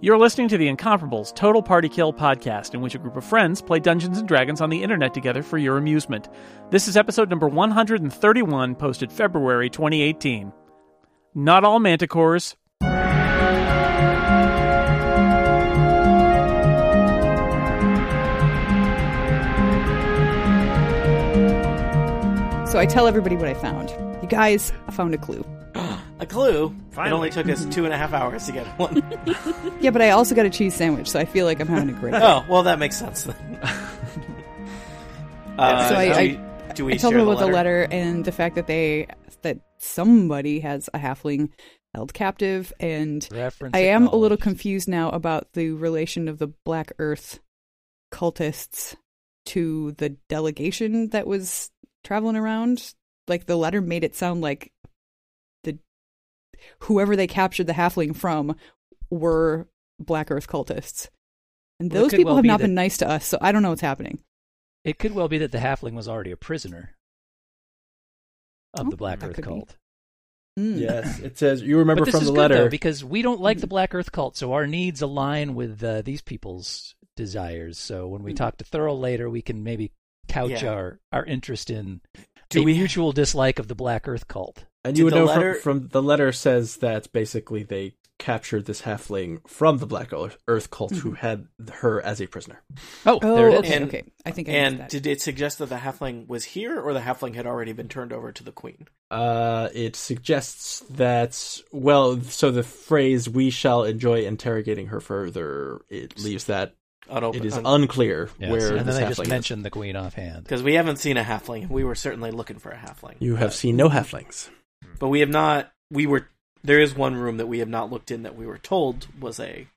You're listening to the Incomparables Total Party Kill podcast, in which a group of friends play Dungeons and Dragons on the internet together for your amusement. This is episode number 131, posted February 2018. Not all manticores. So I tell everybody what I found. You guys, I found a clue. A clue. It only took us two and a half hours to get one. Yeah, but I also got a cheese sandwich, so I feel like I'm having a great day. oh, well, that makes sense then. uh, So I- do I- we, do we I told share them about the the letter and the fact that they that somebody has a halfling held captive, and Reference. I am a little acknowledged. confused now about the relation of the Black Earth cultists to the delegation that was traveling around. Like the letter made it sound like the whoever they captured the halfling from were Black Earth cultists. And Well, it those could people well have be not that- been nice to us, so I don't know what's happening. It could well be that the halfling was already a prisoner of Oh, the Black that Earth could be. cult. Hmm. Mm. Yes, it says you remember but this from is the good letter. though, because we don't like the Black Earth cult, so our needs align with uh, these people's desires. So when we Mm. talk to Thurl later, we can maybe couch Yeah. our our interest in Do a we- mutual dislike of the Black Earth cult. and Did you would the know letter- from, from the letter says that basically they captured this halfling from the Black Earth cult who Mm-hmm. had her as a prisoner. Oh, Oh, there it is. okay, And- okay. I think I missed And that. did it suggest that the halfling was here, or the halfling had already been turned over to the queen? Uh, it suggests that well, so the phrase "we shall enjoy interrogating her further" it leaves that Unopened- it is un- unclear Yes. where and this then I halfling. just is. mentioned the queen offhand. Because we haven't seen a halfling, and we were certainly looking for a halfling. You have seen no halflings. But we have not. We were. There is one room that we have not looked in that we were told was a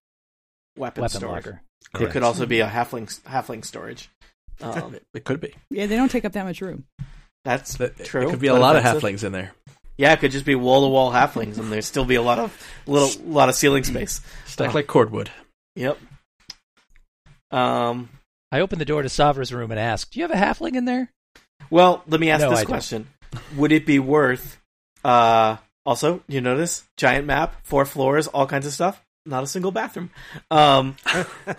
weapon, Weapon storage. locker. It could Correct. also be a halfling halfling storage. Um, it, it could be. yeah, they don't take up that much room. that's It, it true. could be a but lot of offensive. halflings in there. Yeah, it could just be wall to wall halflings, and there'd still be a lot of little lot of ceiling space. Stacked like cordwood. Yep. Um. I opened the door to Savra's room and asked, "Do you have a halfling in there?" Well, let me ask No, I this don't. question: Would it be worth? Uh. Also, you notice giant map, four floors, all kinds of stuff. Not a single bathroom. Um. What do you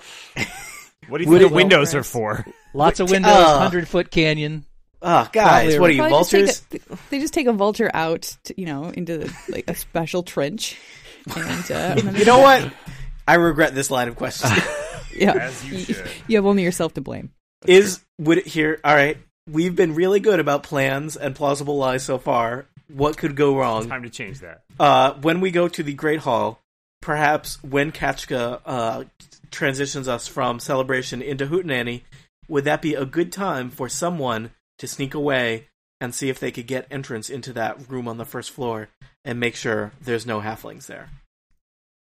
Would think it- the windows are for? Lots of windows, Oh. uh, hundred foot canyon. Ah, guys, Probably what are They you Probably just vultures? Take a, they just take a vulture out, to, you know, into like a special trench. And, uh, and then You know what? I regret this line of questioning. Yeah, As you should. you have only yourself to blame. is would it here? All right, we've been really good about plans and plausible lies so far. What could go wrong? Time to change that. Uh, when we go to the Great Hall, perhaps when Kachka uh, transitions us from celebration into Hootenanny, would that be a good time for someone to sneak away and see if they could get entrance into that room on the first floor and make sure there's no halflings there?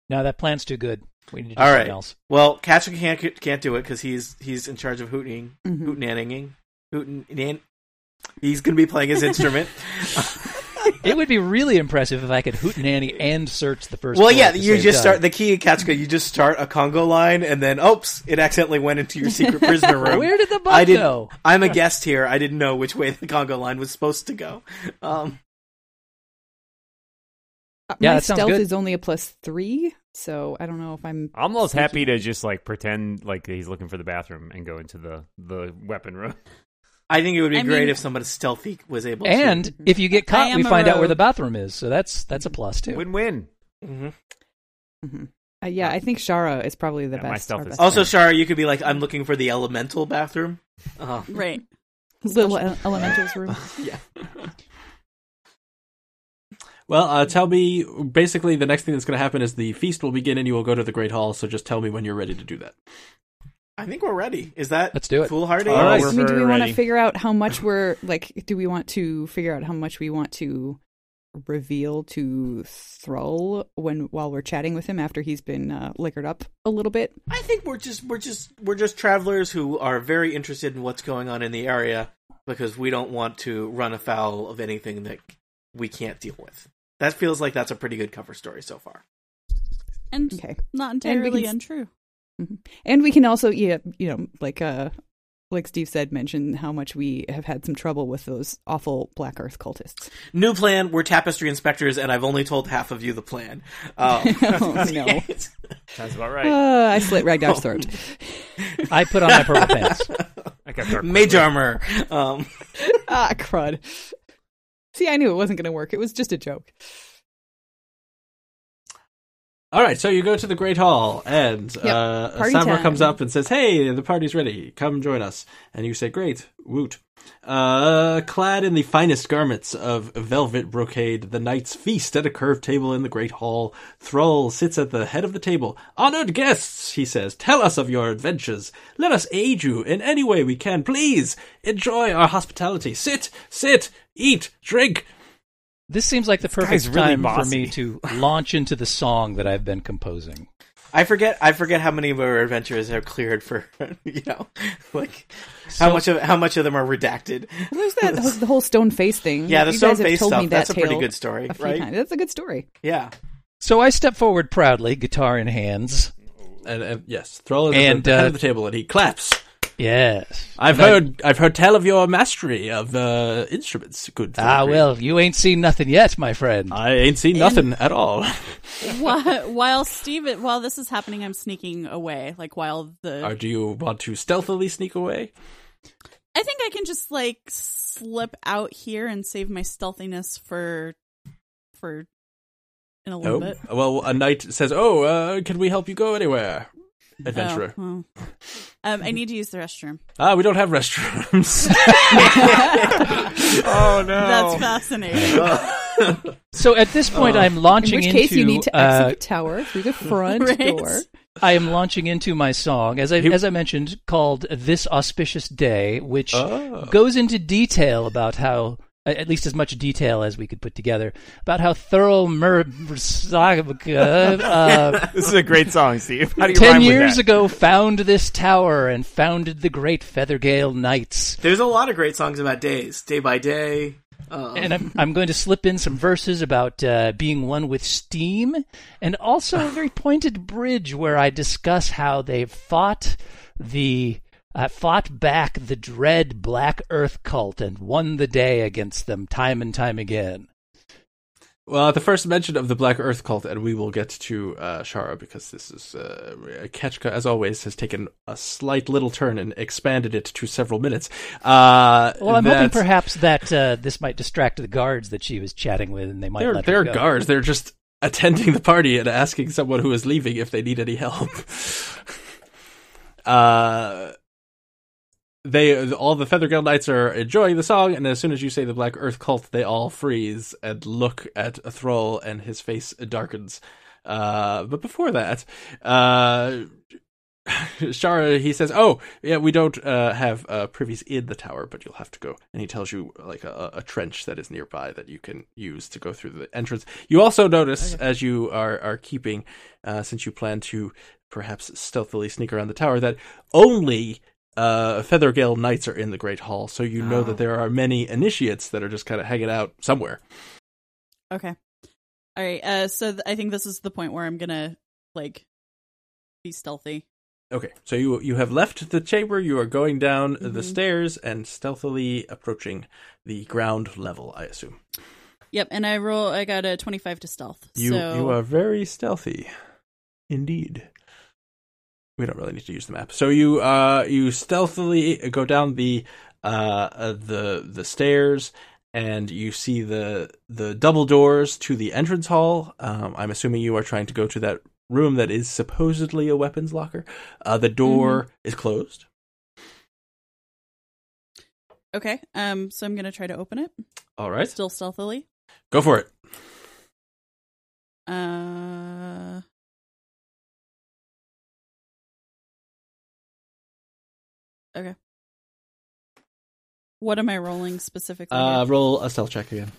No, that plan's too good. We need to do All something right. else. Well, Catcher can't can't do it because he's he's in charge of hooting, Mhm. hootenanning, hootenan. He's going to be playing his instrument. It would be really impressive if I could hoot nanny and search the first. well, floor yeah, at the you same just time. start the key in Katsuka. You just start a Congo line, and then oops, it accidentally went into your secret prisoner room. Where did the I bug didn't- go? I'm a guest here. I didn't know which way the Congo line was supposed to go. Um, Uh, Yeah, my that sounds stealth good. is only a plus three, so I don't know if I'm. I'm almost happy to just like pretend like he's looking for the bathroom and go into the the weapon room. I think it would be I great mean- if somebody stealthy was able to. And if you get I caught, am we a find out where rogue. the bathroom is. So that's that's a plus too. Win win. Mhm. Mhm. Uh, yeah, I think Shara is probably the Yeah, my best. stealth our is best also, friend. Shara, you could be like, I'm looking for the elemental bathroom. Uh, Right. little ele- elementals room. Well, uh, tell me. Basically, the next thing that's going to happen is the feast will begin, and you will go to the great hall. So just tell me when you're ready to do that. I think we're ready. Is that Let's do it. foolhardy? All right. I mean, do we We're want to ready. figure out how much we're like? Do we want to figure out how much we want to reveal to Thrall when while we're chatting with him after he's been uh, liquored up a little bit? I think we're just we're just we're just travelers who are very interested in what's going on in the area because we don't want to run afoul of anything that we can't deal with. That feels like that's a pretty good cover story so far. And Okay. not And we entirely can- untrue. And we can also, yeah, you know, like uh, like Steve said, mention how much we have had some trouble with those awful Black Earth cultists. New plan. We're tapestry inspectors, and I've only told half of you the plan. Um, Oh, no. Sounds about right. Uh, I slit Ragnar's throat. I put on my purple pants. I got dark. Mage armor. Um, ah, crud. See, I knew it wasn't going to work. It was just a joke. All right, so you go to the Great Hall, and uh, a party samurai time. comes up and says, "Hey, the party's ready. Come join us." And you say, "Great, woot!" Uh, clad in the finest garments of velvet brocade, the knights feast at a curved table in the Great Hall. Thrall sits at the head of the table. Honored guests, he says, tell us of your adventures. Let us aid you in any way we can. Please enjoy our hospitality. Sit, sit, eat, drink. This seems like the perfect guy's really time for bossy. me to launch into the song that I've been composing. I forget. I forget how many of our adventures are cleared for. You know, like how So- much of how much of them are redacted. There's that the whole stone face thing. Yeah, the You guys have stone face told me stuff, that's that a pretty tale good story, a few right? times. That's a good story. Yeah. So I step forward proudly, guitar in hands. And uh, yes, Thrall is at And, the head uh, of the table, and he claps. Yes. I've And I- heard I've heard tell of your mastery of uh, instruments. Good. for Ah, you. well, you ain't seen nothing yet, my friend. Uh, I ain't seen nothing at all. while, while Steve, while this is happening, I'm sneaking away. Like while the, or do you want to stealthily sneak away? I think I can just like slip out here and save my stealthiness for, for, in a little Oh, bit. well, a knight says, "Oh, uh, can we help you go anywhere?" Oh, Adventurer. well. Um, I need to use the restroom. Ah, we don't have restrooms. Oh no. That's fascinating. So at this point, I'm launching Uh, In which into. case, you need to exit uh, the tower through the front Right. door. I am launching into my song, as I You- as I mentioned, called "This Auspicious Day," which Oh. goes into detail about how, at least as much detail as we could put together, about how thorough Mur- uh, This is a great song, Steve. How do you ten rhyme years with that? ago found this tower and founded the great Feathergale Knights. There's a lot of great songs about days, day by day. Um, And I'm, I'm going to slip in some verses about uh, being one with steam, and also a very pointed bridge where I discuss how they fought the uh, fought back the dread Black Earth cult and won the day against them time and time again. well, the first mention of the Black Earth cult, and we will get to uh, Shara because this is uh, Ketchka, as always, has taken a slight little turn and expanded it to several minutes. Uh, Well, I'm hoping that- perhaps that uh, this might distract the guards that she was chatting with, and they might They're, let they're her go. guards. They're just attending the party and asking someone who is leaving if they need any help. uh, they all the Feathergill Knights are enjoying the song, and as soon as you say the Black Earth Cult, they all freeze and look at a Thrall, and his face darkens. Uh, but before that, uh, Shara, he says, "Oh, yeah, we don't uh, have uh, privies in the tower, but you'll have to go." And he tells you like a, a trench that is nearby that you can use to go through the entrance. You also notice as you are are keeping, uh, since you plan to perhaps stealthily sneak around the tower, that only uh, Feathergale knights are in the Great Hall, so you know that there are many initiates that are just kind of hanging out somewhere. Okay. All right. Uh, so th- I think this is the point where I'm gonna like be stealthy. Okay, so you you have left the chamber. You are going down the Mhm. stairs and stealthily approaching the ground level. I assume. Yep. And I roll. I got a 25 to stealth. You so you are very stealthy, indeed. We don't really need to use the map. So you uh you stealthily go down the uh, uh the the stairs and you see the the double doors to the entrance hall. Um, I'm assuming you are trying to go to that room that is supposedly a weapons locker. Uh, the door is closed. okay. Um. So I'm gonna try to open it. All right, Still stealthily. go for it. Uh. Okay. What am I rolling specifically? Uh, here? roll a stealth check again.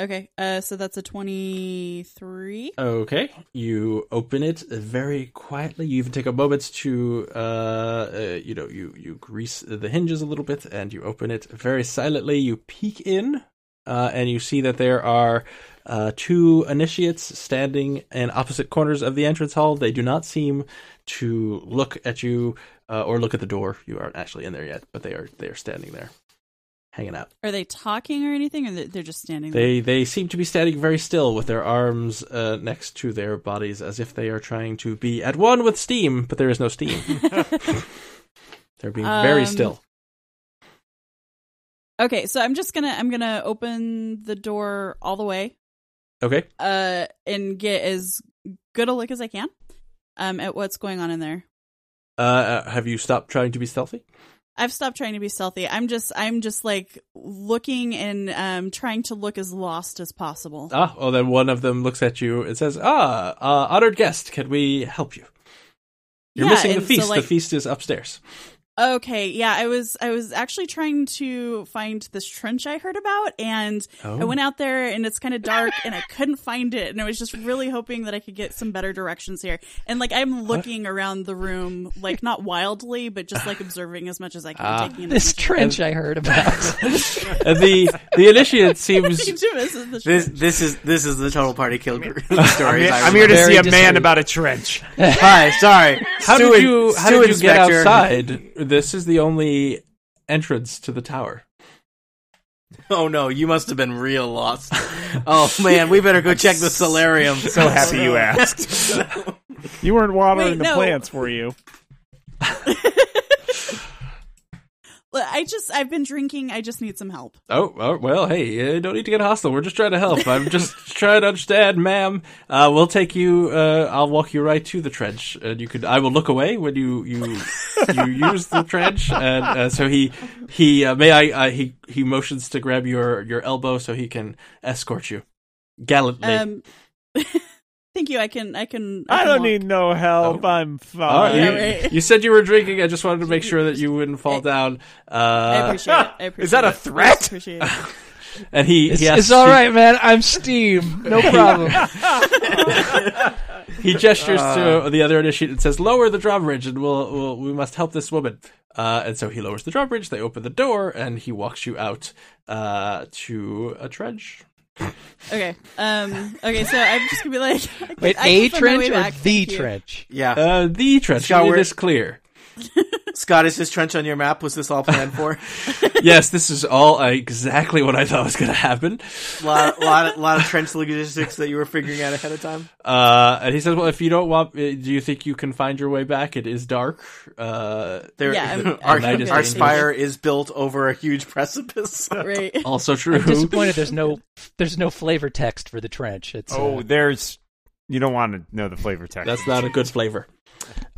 okay. Uh. So that's a 23. Okay. You open it very quietly. You even take a moment to, uh, uh, you know, you, you grease the hinges a little bit and you open it very silently. You peek in uh, and you see that there are uh, two initiates standing in opposite corners of the entrance hall. They do not seem to look at you uh, or look at the door. You aren't actually in there yet, but they are they are standing there, hanging out. Are they talking or anything, or they- they're just standing there? They they seem to be standing very still with their arms uh, next to their bodies, as if they are trying to be at one with steam, but there is no steam. They're being very Um, still. Okay, so I'm just gonna I'm gonna open the door all the way, Okay, uh, and get as good a look as I can, um, at what's going on in there. uh, uh, have you stopped trying to be stealthy? I've stopped trying to be stealthy. I'm just I'm just like looking and um trying to look as lost as possible. Ah, well then one of them looks at you and says, "Ah, uh, honored guest, can we help you? You're Yeah, missing the and so, feast. like- the feast is upstairs." Okay, yeah, I was I was actually trying to find this trench I heard about and Oh. I went out there and it's kind of dark and I couldn't find it and I was just really hoping that I could get some better directions here. And like I'm looking around the room like not wildly but just like observing as much as I can Ah. taking in as This much as- trench I heard about. And the the initiate seems Nothing to miss is the This trench. this is this is the total party kill gr- story. as I'm here, I I'm here to Very see a man discreet. about a trench. remember. Hi, sorry. How Sewage- did you how sewage did you get inspector. outside? This is the only entrance to the tower. Oh no, you must have been real lost. Oh man, we better go check the solarium. So happy you asked. You weren't watering Wait, the no. plants, were you? Look, I just I've been drinking. I just need some help. Oh, oh well, hey, you don't need to get hostile. We're just trying to help. I'm just trying to understand, ma'am. Uh, we'll take you. Uh, I'll walk you right to the trench, and you could. I will look away when you you you use the trench. And uh, so he he uh, may I uh, he he motions to grab your your elbow so he can escort you gallantly. Um, thank you. I can I can. I can don't walk. need no help. Oh. I'm All right, fine. Yeah, you, right. you said you were drinking. I just wanted to make sure that you wouldn't fall down. I Uh, appreciate it. I appreciate Is that a it. threat? I appreciate it. and he It's, he asks it's all right, man. I'm Steam. No problem. He gestures to the other initiate and says, "Lower the drawbridge, and we'll, we'll we must help this woman." Uh, and so he lowers the drawbridge. They open the door, and he walks you out uh, to a trench. Okay. Um. Okay. So I'm just gonna be like, I can- Wait, I can a find my trench way or back. the Thank you. trench? Yeah, Uh, the trench. Scott, it we're- is clear. Scott, is this trench on your map? Was this all planned for? yes, this is all uh, exactly what I thought was going to happen. lot, lot, lot of trench logistics that you were figuring out ahead of time. Uh, and he says, "Well, if you don't want, uh, do you think you can find your way back? It is dark. Uh, There, Yeah, I'm- our, I'm good with our that. spire is built over a huge precipice. Right. also true. I'm disappointed. There's no there's no flavor text for the trench. It's Oh, uh, there's. You don't want to know the flavor text. That's not a good flavor.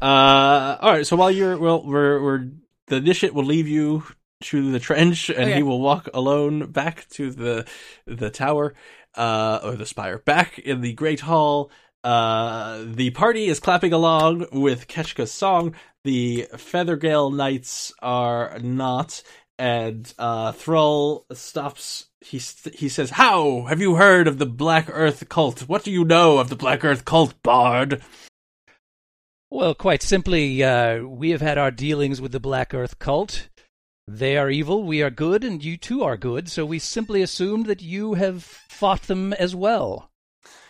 Uh, all right. So while you're well, we're, we're the initiate will leave you to the trench, and Okay. he will walk alone back to the the tower uh, or the spire, back in the great hall. Uh, the party is clapping along with Ketchka's song. The Feathergale Knights are not, and uh, Thrall stops. He st- he says, "How have you heard of the Black Earth cult? What do you know of the Black Earth cult, Bard?" Well, quite simply, uh, we have had our dealings with the Black Earth cult. They are evil, we are good, and you too are good, so we simply assumed that you have fought them as well.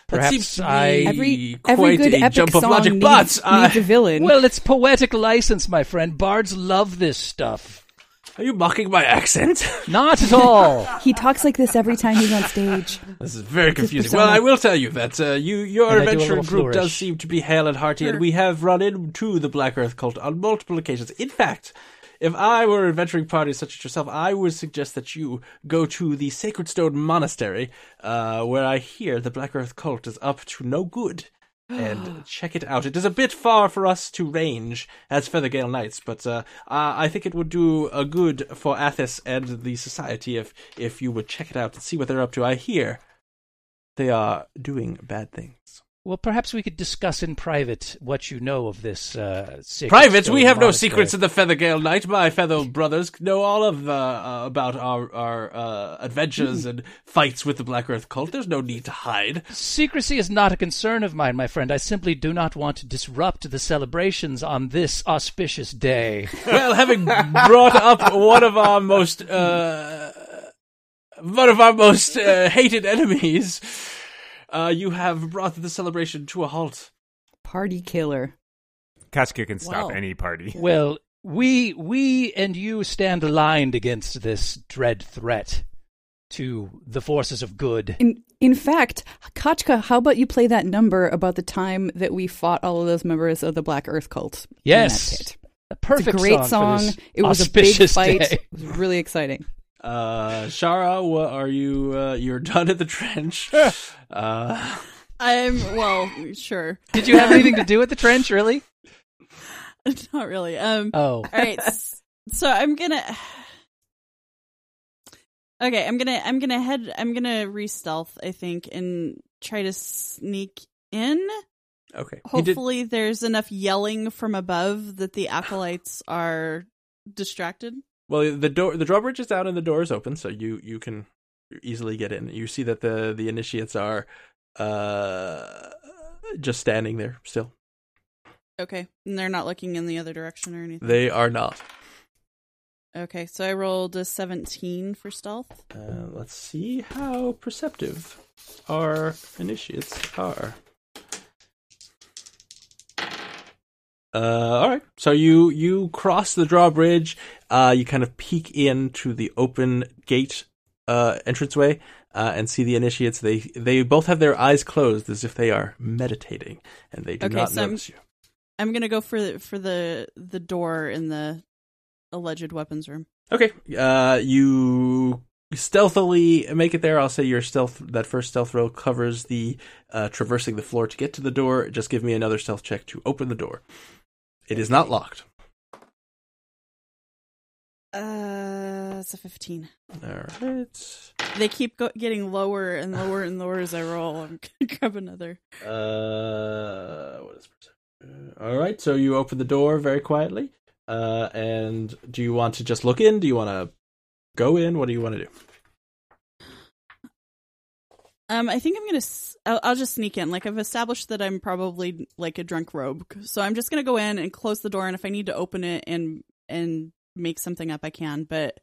That Perhaps seems to be I. Every quite every good a epic jump of song logic, needs, but I- needs a villain. uh, Well, it's poetic license, my friend. Bards love this stuff. Are you mocking my accent? Not at all. he talks like this every time he's on stage. this is very confusing. persona. Well, I will tell you that uh, you your And I do a adventuring little group flourish. does seem to be hale and hearty, and we have run into the Black Earth cult on multiple occasions. In fact, if I were an adventuring party such as yourself, I would suggest that you go to the Sacred Stone Monastery, uh, where I hear the Black Earth cult is up to no good. And check it out. It is a bit far for us to range as Feathergale Knights, but uh, I I think it would do a good for Athos and the society if if you would check it out and see what they're up to. I hear they are doing bad things. well, perhaps we could discuss in private what you know of this. Uh, sacred Privates, we stone have no monastery. secrets in the Feathergale Knight. My fellow brothers know all of uh, uh, about our our uh, adventures and fights with the Black Earth cult. There's no need to hide. Secrecy is not a concern of mine, my friend. I simply do not want to disrupt the celebrations on this auspicious day. Well, having brought up one of our most uh, one of our most uh, hated enemies, uh, you have brought the celebration to a halt. Party killer. Kashka can Wow. stop any party. Well, we we and you stand aligned against this dread threat to the forces of good. In in fact, Kachka, how about you play that number about the time that we fought all of those members of the Black Earth cult? in that Yes. pit? A It's perfect a great song. song. for this It was a big auspicious fight. day. It was really exciting. Uh, Shara, what are you? Uh, you're done at the trench. Uh, I'm well, sure. Did you have anything to do with the trench, really? Not really. Um Oh, all right. s- So I'm going to Okay, I'm going to I'm going to head I'm going to re-stealth, I think, and try to sneak in. okay. You did- Hopefully there's enough yelling from above that the acolytes are distracted. well, the door, the drawbridge is down and the door is open, so you you can easily get in. You see that the the initiates are uh just standing there still. Okay. And they're not looking in the other direction or anything. They are not. Okay, so I rolled a 17 for stealth. Uh, let's see how perceptive our initiates are. Uh, all right. So you you cross the drawbridge. Uh, you kind of peek into the open gate uh, entranceway uh, and see the initiates. They they both have their eyes closed as if they are meditating, and they do Okay, not so I'm- notice you. I'm going to go for the, for the the door in the alleged weapons room. Okay. Uh, you stealthily make it there. I'll say your stealth that first stealth roll covers the uh, traversing the floor to get to the door. Just give me another stealth check to open the door. It is not locked. Uh, it's a 15. All right. They keep go- getting lower and lower and lower as I roll. I'm going to grab another. Uh, what is perception? All right. So you open the door very quietly. Uh, and do you want to just look in? Do you want to go in? What do you want to do? Um, I think I'm going to, s- I'll, I'll just sneak in. Like, I've established that I'm probably like a drunk rogue. So I'm just going to go in and close the door. And if I need to open it and, and make something up, I can. But,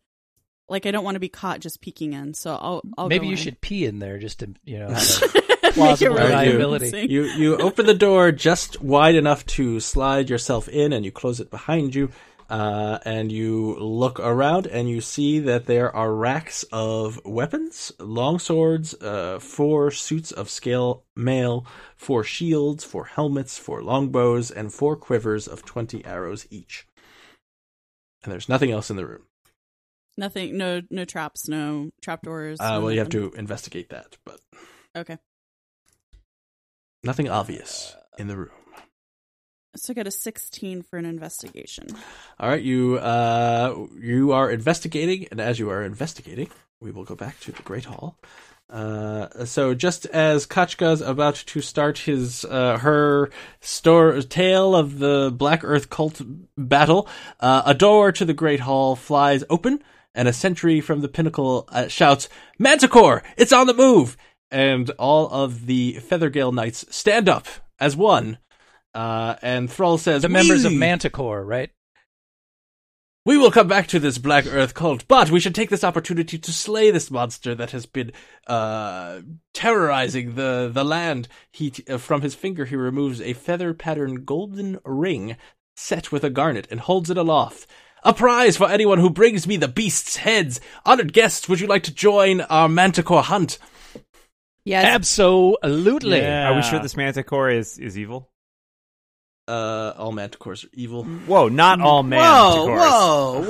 like, I don't want to be caught just peeking in. So I'll, I'll Oh, maybe go you in. should pee in there just to you know. have a- Make it Plausible really liability. convincing. You you open the door just wide enough to slide yourself in, and you close it behind you. Uh, and you look around, and you see that there are racks of weapons, long swords, uh, four suits of scale mail, four shields, four helmets, four longbows, and four quivers of twenty arrows each. And there's nothing else in the room. Nothing. No. No traps. No trapdoors. Uh, no well, you have nothing. to investigate that, but Okay. nothing obvious in the room. So I got a sixteen for an investigation. All right, you uh, you are investigating, and as you are investigating, we will go back to the Great Hall. Uh, so just as Kachka's about to start his uh, her store tale of the Black Earth cult battle, uh, a door to the Great Hall flies open, and a sentry from the pinnacle uh, shouts, "Manticore, it's on the move!" And all of the Feathergale knights stand up as one. Uh, and Thrall says, the members of "We Manticore, right? we will come back to this Black Earth cult, but we should take this opportunity to slay this monster that has been uh, terrorizing the, the land. He uh, from his finger he removes a feather patterned golden ring set with a garnet and holds it aloft. A prize for anyone who brings me the beast's heads. Honored guests, would you like to join our manticore hunt? Yes. Absolutely. Yeah. Are we sure this manticore is, is evil? Uh, all manticores are evil. Whoa, not all Whoa, manticores. whoa,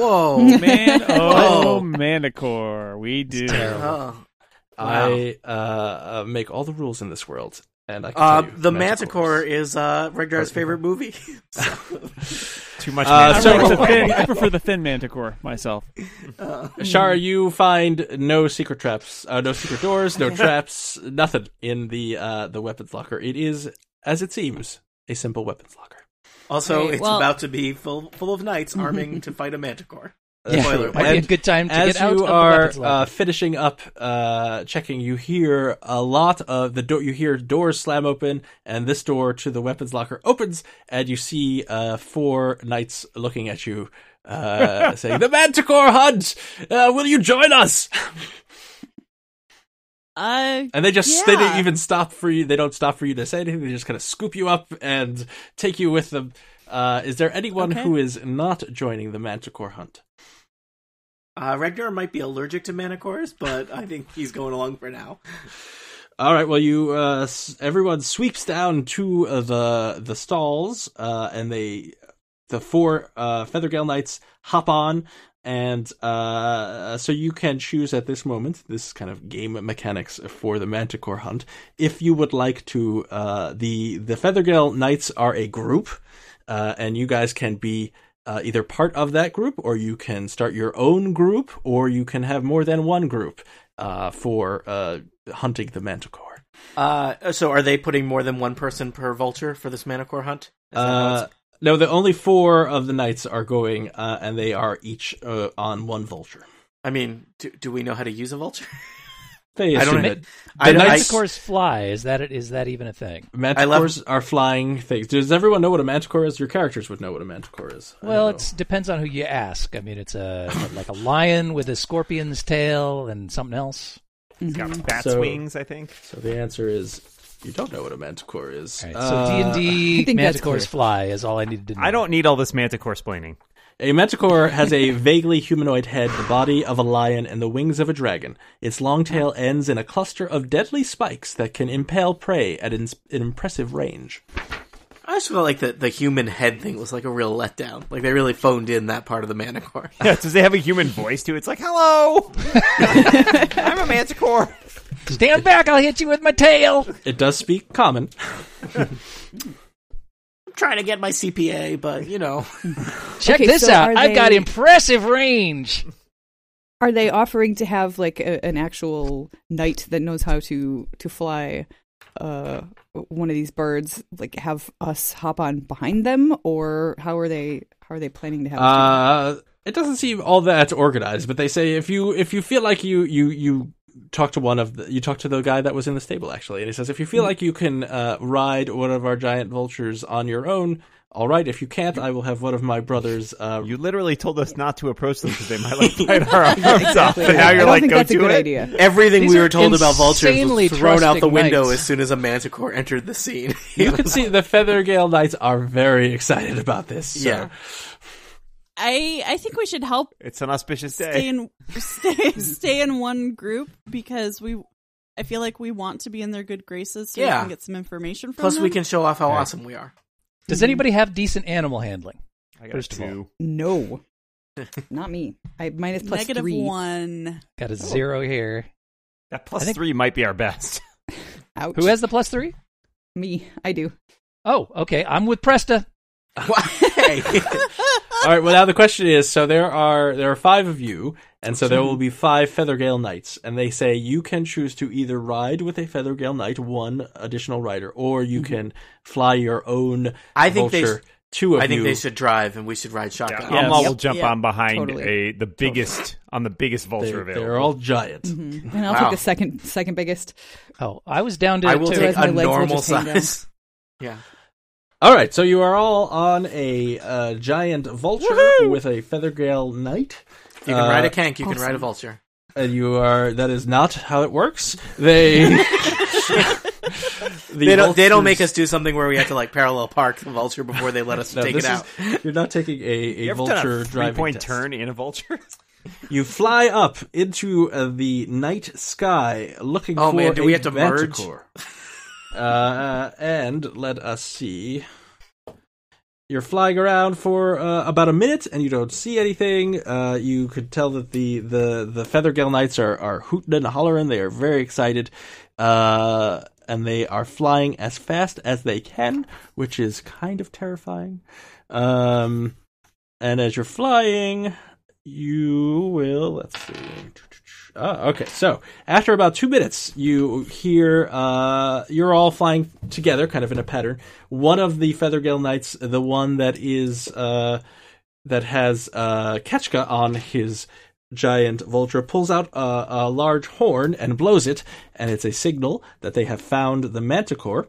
whoa. Man, oh, Whoa. Manticore, we do. Huh. I uh, uh, make all the rules in this world, and I can Uh, tell you the manticores. Manticore is uh, Regdar's favorite uh-huh. movie. Too much Uh, I, so- like the manticore. thin, I prefer the thin Manticore myself. Shara, you find no secret traps, uh, no secret doors, no traps, nothing in the uh, the weapons locker. It is, as it seems, a simple weapons locker. Also, Right, it's well- about to be full full of knights arming to fight a Manticore. That's Yeah. Spoiler. Might be a Uh, And good time to as get out you of the are weapons uh, locker. finishing up uh, checking, you hear a lot of the door. You hear doors slam open, and this door to the weapons locker opens, and you see uh, four knights looking at you, uh, saying, "The Manticore Hunt! Uh, will you join us?" Uh, And they just they didn't Yeah. even stop for you. They don't stop for you to say anything. They just kind of scoop you up and take you with them. Uh, is there anyone Okay. who is not joining the Manticore hunt? Uh, Ragnar might be allergic to manticores, but I think he's going along for now. All right. Well, you uh, s- everyone sweeps down to uh, the the stalls, uh, and they the four uh, Feathergale Knights hop on, and uh, so you can choose at this moment this is kind of game mechanics for the Manticore hunt. If you would like to, uh, the the Feathergale Knights are a group, uh, and you guys can be. Uh, either part of that group, or you can start your own group, or you can have more than one group uh, for uh, hunting the manticore. Uh, so are they putting more than one person per vulture for this manticore hunt? Is that how it's- Uh, no, the only four of the knights are going, uh, and they are each uh, on one vulture. I mean, do, do we know how to use a vulture? They I don't assume know. that I, The I, knights- Manticores fly. Is that is that even a thing? manticores are flying things. Does everyone know what a manticore is? Your characters would know what a manticore is. I Well, don't know. it depends on who you ask. I mean, it's a like a lion with a scorpion's tail and something else. It's got bat's So- wings, I think. so the answer is you don't know what a manticore is. All right, Uh, so D I and D think that's manticores clear. fly is all I needed to know. I don't need all this manticore splaining. A manticore has a vaguely humanoid head, the body of a lion, and the wings of a dragon. Its long tail ends in a cluster of deadly spikes that can impale prey at ins- an impressive range. I just felt like the, the human head thing was like a real letdown. Like they really phoned in that part of the manticore. Yeah, does it have a human voice too? It's like, hello, I'm a manticore. stand back. I'll hit you with my tail. It does speak common. I'm trying to get my CPA, but you know, Check Okay, this so out. are I've got they- impressive range. Are they offering to have like a, an actual knight that knows how to to fly uh one of these birds like have us hop on behind them or how are they how are they planning to have us do that? Uh, it doesn't seem all that organized, but they say if you if you feel like you you you talk to one of the you talk to the guy that was in the stable actually, and he says if you feel like you can uh, ride one of our giant vultures on your own, all right. If you can't, I will have one of my brothers. Uh, You literally told us not to approach them because they might like bite our arms off. And now I you're don't like, think go that's a do good it. idea. everything These we are were told about vultures insanely was thrown out the trusting window knights. as soon as a manticore entered the scene. you can see the Feathergale Knights are very excited about this. So. Yeah. I I think we should help It's an auspicious stay day. in stay, stay in one group because we I feel like we want to be in their good graces so Yeah. we can get some information from Plus, we them. can show off how awesome we are. Does Hmm. anybody have decent animal handling? I got First of all. two. No. Not me. I minus plus Negative three. one. Got Oh. a zero here. That plus I think- three might be our best. Ouch. Who has the plus three? me? I do. Oh, okay. I'm with Presta. All right. Well, now the question is: so there are there are five of you, and so there will be five Feathergale knights, and they say you can choose to either ride with a Feathergale knight, one additional rider, or you can fly your own. Mm-hmm. I think they vulture, sh- two of I think you. they should drive, and we should ride Yeah, shotgun. Alma Yes. will jump Yeah, on behind totally. a the biggest on the biggest vulture They, available. they're all giant. Mm-hmm. Mhm. And I'll Wow. take the second second biggest. Oh, I was down to I will to- Otherwise, take my a legs will normal just hang down. size. Yeah. All right, so you are all on a uh, giant vulture Woohoo! with a Feathergale knight. If you can Uh, ride a kank, you can awesome. ride a vulture. and you are that is not how it works. They They don't, they don't make us do something where we have to like parallel park the vulture before they let us No, take it this out. is- you're not taking a, a you ever done vulture a three driving point test. turn in a vulture? You fly up into uh, the night sky looking Oh, for man, do a we have to merge? manticore. uh, and let us see. You're flying around for uh, about a minute, and you don't see anything. Uh, you could tell that the the the Feathergale Knights are are hooting and hollering. They are very excited, uh, and they are flying as fast as they can, which is kind of terrifying. Um, and as you're flying, you will let's see. Ah, okay. So after about two minutes, you hear uh, you're all flying together, kind of in a pattern. One of the Feathergale Knights, the one that is uh, that has uh, Ketchka on his giant vulture, pulls out a, a large horn and blows it, and it's a signal that they have found the Manticore.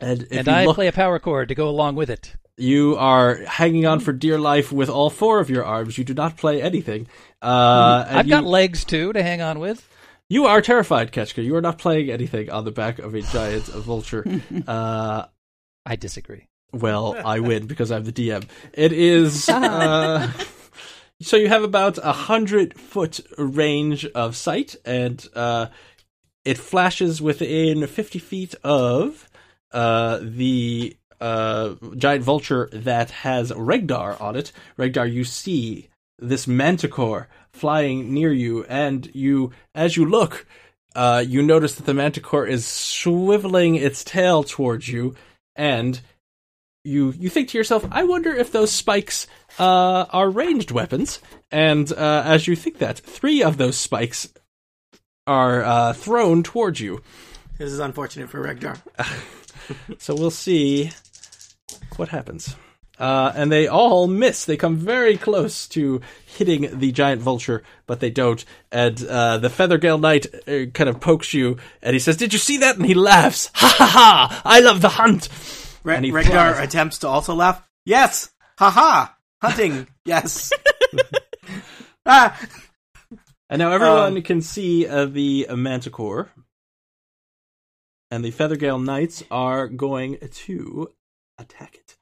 And if and you I look, play a power chord to go along with it. you are hanging on for dear life with all four of your arms. You do not play anything. Uh, and I've got you- legs too to hang on with. You are terrified, Ketchka. You are not playing anything on the back of a giant vulture. uh, I disagree. Well, I win because I'm the DM. It is. Uh, so you have about a hundred foot range of sight, and uh, it flashes within fifty feet of uh, the uh, giant vulture that has Regdar on it. Regdar, you see this manticore flying near you, and you, as you look, uh, you notice that the manticore is swiveling its tail towards you, and you you think to yourself, I wonder if those spikes uh, are ranged weapons. And uh, as you think that, three of those spikes are uh, thrown towards you. This is unfortunate for Regdar. So we'll see what happens. Uh, and they all miss. They come very close to hitting the giant vulture, but they don't. And uh, the Feathergale Knight uh, kind of pokes you, and he says, "Did you see that?" And he laughs, "Ha ha ha! I love the hunt." Re- And he Regdar flies. attempts to also laugh. Yes, haha, hunting. yes. ah, And now everyone can see uh, the uh, Manticore. And the Feathergale Knights are going to attack it.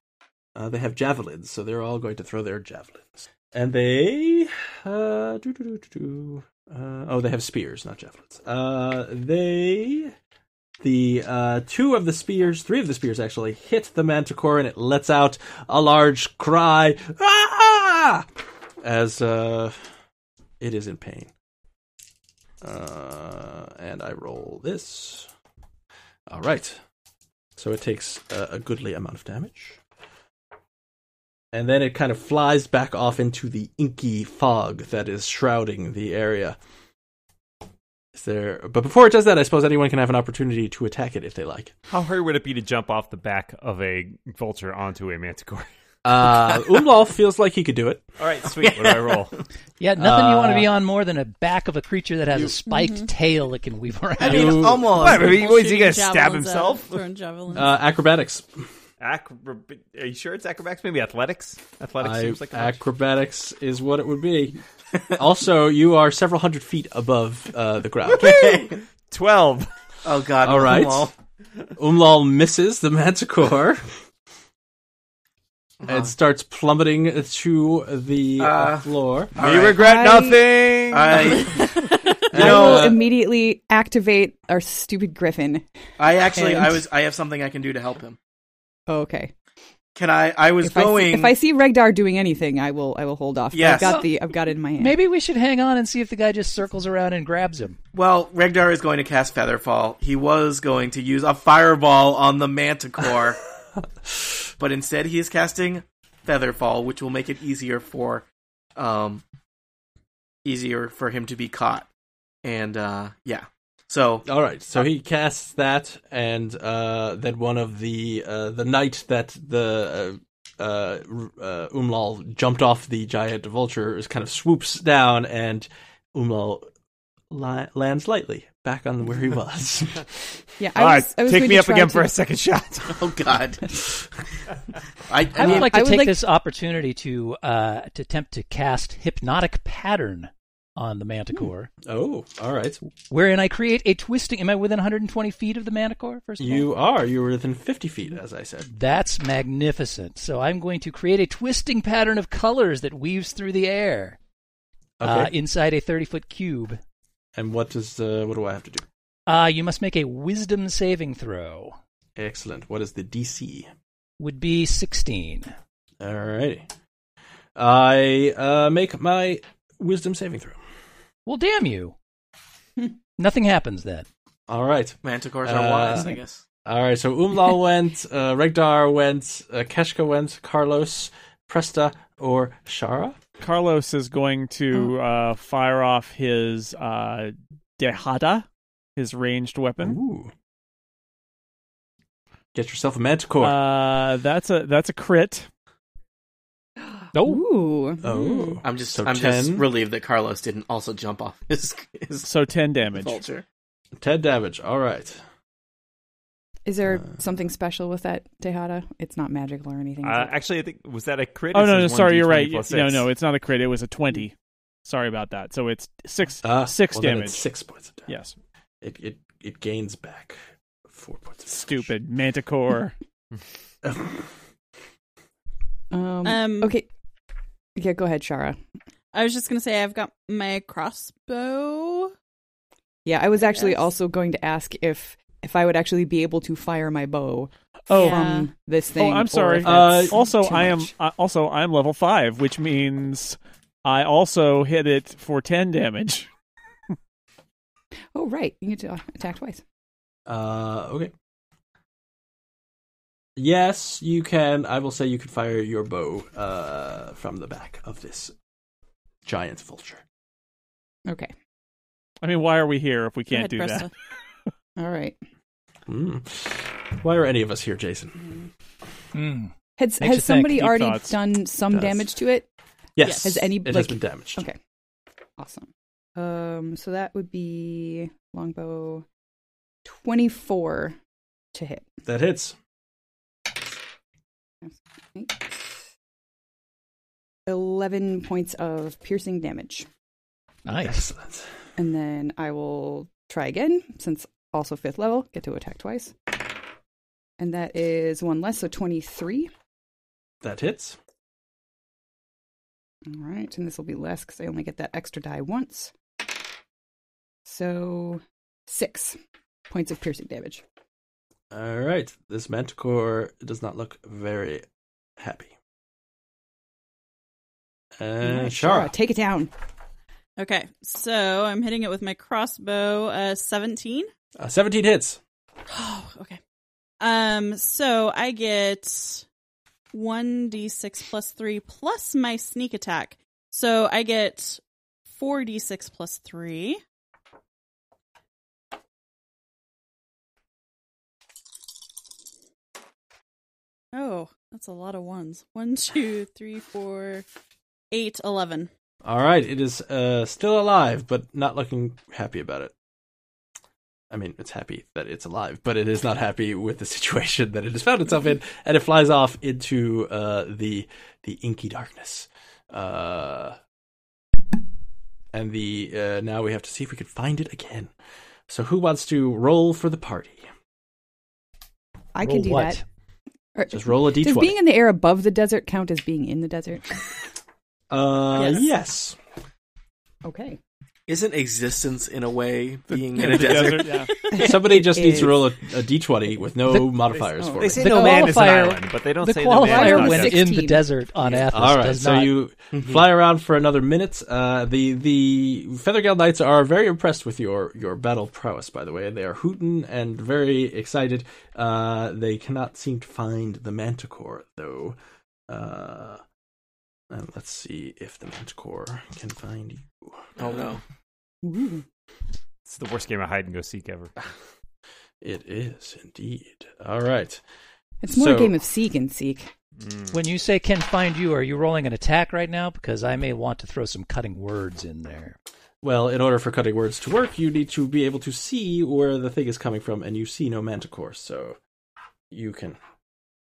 Uh, they have javelins, so they're all going to throw their javelins. And they. Uh, do, do, do, do, do. Uh, oh, they have spears, not javelins. Uh, they. The uh, two of the spears, three of the spears actually, hit the manticore and it lets out a large cry. Ah! As uh, it is in pain. Uh, and I roll this. All right. So it takes a, a goodly amount of damage. And then it kind of flies back off into the inky fog that is shrouding the area. Is there but before it does that, I suppose anyone can have an opportunity to attack it if they like. How hard would it be to jump off the back of a vulture onto a manticore? Uh Umlal feels like he could do it. All right, sweet. What do I roll? Yeah, nothing you want Uh, to be on more than a back of a creature that has a spiked tail that can weave around. I mean, You- almost. What, are you- what, is he Shooting gonna stab javelins at himself? him, throwing javelins. Uh acrobatics. Acrob- are you sure it's acrobatics? Maybe athletics. Athletics I- seems like a acrobatics is what it would be. also, you are several hundred feet above uh, the ground. twelve. Oh God! All right. Umlal. Umlal misses the manticore and starts plummeting to the uh, Uh, floor. All We right. regret I- nothing. I And, I will uh, immediately activate our stupid griffin. I actually I And- was I have something I can do to help him. Oh, okay. Can I? I was If I, see, going. if I see Regdar doing anything, I will I will hold off. Yes. I've got the I've got it in my hand. Maybe we should hang on and see if the guy just circles around and grabs him. Well, Regdar is going to cast Featherfall. He was going to use a fireball on the Manticore, but instead he is casting Featherfall, which will make it easier for, um, easier for him to be caught. And uh, yeah, so all right, so he casts that, and uh, then one of the uh, the knight that the uh, uh, uh, Umlal jumped off the giant vulture is kind of swoops down, and Umlal li- lands lightly back on where he was. Yeah, All I right, was, I was take going me to up try again to- for a second shot. oh god, I, I would like to I would take like- this opportunity to uh, to attempt to cast hypnotic pattern on the manticore, oh, all right. wherein I create a twisting. Am I within 120 feet of the manticore? First of all, You are. You were within 50 feet, as I said. that's magnificent. So I'm going to create a twisting pattern of colors that weaves through the air uh, Okay. inside a 30 foot cube. and what does uh, what do I have to do? Uh, you must make a wisdom saving throw. Excellent. What is the DC? Would be 16. Alrighty. I uh, make my wisdom saving throw. Well, damn you. Nothing happens then. All right. Manticores Uh, are wise, I guess. All right. So Umlal went, uh, Regdar went, uh, Keshka went, Carlos, Presta, or Shara. Carlos is going to uh, fire off his uh, Dehada, his ranged weapon. Ooh. Get yourself a manticore. Uh, that's a that's a crit. Ooh. oh. I'm just So I'm just 10? relieved that Carlos didn't also jump off his his So ten damage. vulture. 10 damage. All right. Is there Uh, something special with that Tejada? It's not magical or anything. Uh, is it? actually, I think was that a crit? Oh It no, no, says sorry, you're 1d20 right. plus No, six. no, it's not a crit. It was a twenty. Sorry about that. So it's six Uh, six well, then damage. it's Six points of damage. Yes, It, it, it gains back four points of damage. stupid manticore. Um, Um, okay. Yeah, go ahead, Shara. I was just gonna say I've got my crossbow. Yeah, I was actually Yes. also going to ask if if I would actually be able to fire my bow Oh. from this Oh, thing. I'm or sorry. if that's Uh, also, too I am much. I, also I am level five, which means I also hit it for ten damage. Oh, right. You get to attack twice. Uh, okay. Yes, you can. I will say you could fire your bow uh, from the back of this giant vulture. Okay. I mean, why are we here if we Go can't ahead, do that? Presta. All right. Mm. Why are any of us here, Jason? Mm. Has Makes you has somebody think. Deep already thoughts. done some Does. damage to it? Yes. Has any, It like- has been damaged. Okay. Awesome. Um, so that would be longbow twenty four to hit. That hits. Eight. Eleven points of piercing damage. Nice. Excellent. And then I will try again, since also fifth level, get to attack twice. And that is one less, so 23. That hits. All right, and this will be less because I only get that extra die once. So six points of piercing damage. All right. This manticore does not look very happy. And Alright, Uh, Shara. Shara, take it down. Okay, so I'm hitting it with my crossbow. Uh, seventeen. Uh, 17 hits. Oh, okay. Um, so I get one d six plus three plus my sneak attack. So I get four d six plus three. Oh, that's a lot of ones. One, two, three, four, eight, eleven. All right. It is uh, still alive, but not looking happy about it. I mean, it's happy that it's alive, but it is not happy with the situation that it has found itself in, and it flies off into uh, the the inky darkness. Uh, and the uh, now we have to see if we can find it again. So, who wants to roll for the party? I Roll can do what? that. Or- Just roll a d20. Does being in the air above the desert count as being in the desert? Uh, Yes. yes. Okay. Isn't existence in a way being The in a desert? yeah. Somebody just needs is. to roll a, a d20 with no The- modifiers Oh. for They me. say The no man is an qualifier- island, but they don't the say no man is qualifier not when desert. in the 16. desert on Athos All right, does so not. you Mhm. Mm-hmm. fly around for another minute. Uh, the the Feathergale Knights are very impressed with your your battle prowess, by the way. They are hooting and very excited. Uh, they cannot seem to find the Manticore though. Uh, and let's see if the Manticore can find you. Oh no. Ooh. It's the worst game of hide and go seek ever. It is indeed. All right. It's more So- a game of seek and seek. Mm. When you say can find you, are you rolling an attack right now? Because I may want to throw some cutting words in there. Well, in order for cutting words to work, you need to be able to see where the thing is coming from, and you see no manticore, so you can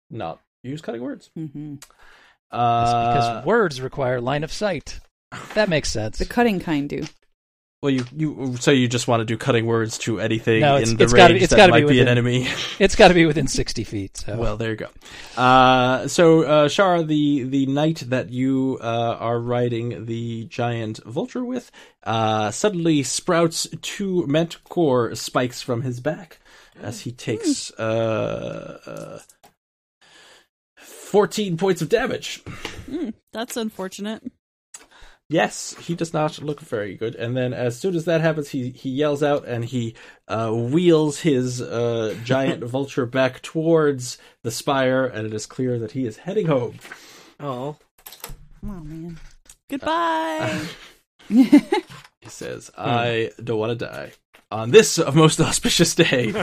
not use cutting words. hmm That's Uh, because words require line of sight. That makes sense. The cutting kind do. well, you you so you just want to do cutting words to anything No, it's- in the it's range gotta be- it's that gotta might be be an within- enemy. It's got to be within sixty feet. So. Well, there you go. Uh, so, uh, Shara, the the knight that you uh, are riding the giant vulture with, uh, suddenly sprouts two manticore spikes from his back as he takes uh, uh, fourteen points of damage. Mm, that's unfortunate. Yes, he does not look very good. And then, as soon as that happens, he he yells out and he uh, wheels his uh, giant vulture back towards the spire, and it is clear that he is heading home. Oh. Oh man. Goodbye. He says, "I don't want to die on this most auspicious day." All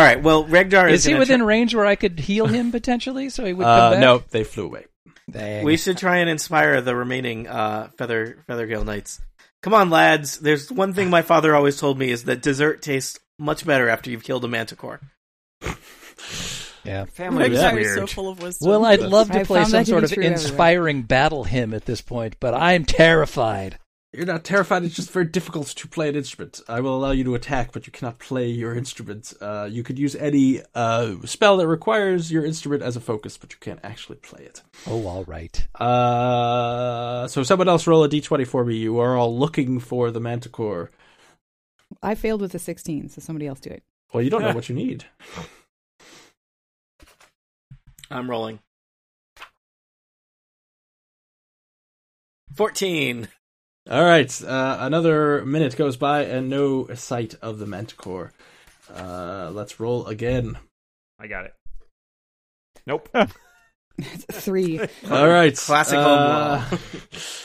right. Well, Regdar is, is he gonna within range where I could heal him potentially, so he would come uh, back? no, they flew away. Dang. try- we should try and inspire the remaining uh, feather feathergale knights. Come on, lads. There's one thing my father always told me is that dessert tastes much better after you've killed a manticore. yeah. Family was Ragnar is so weird. full of wisdom. Well, I'd love to I play found some that to sort be of true everywhere. inspiring battle hymn at this point, but I'm terrified. You're not terrified. It's just very difficult to play an instrument. I will allow you to attack, but you cannot play your instrument. Uh, you could use any uh, spell that requires your instrument as a focus, but you can't actually play it. Oh, all right. Uh, so someone else roll a d20 for me. You are all looking for the manticore. I failed with a 16, so somebody else do it. Well, you don't know what you need. I'm rolling. 14. All right. Uh, another minute goes by and no sight of the manticore. Uh, let's roll again. I got it. Nope. It's three. All right. Classic home uh, law.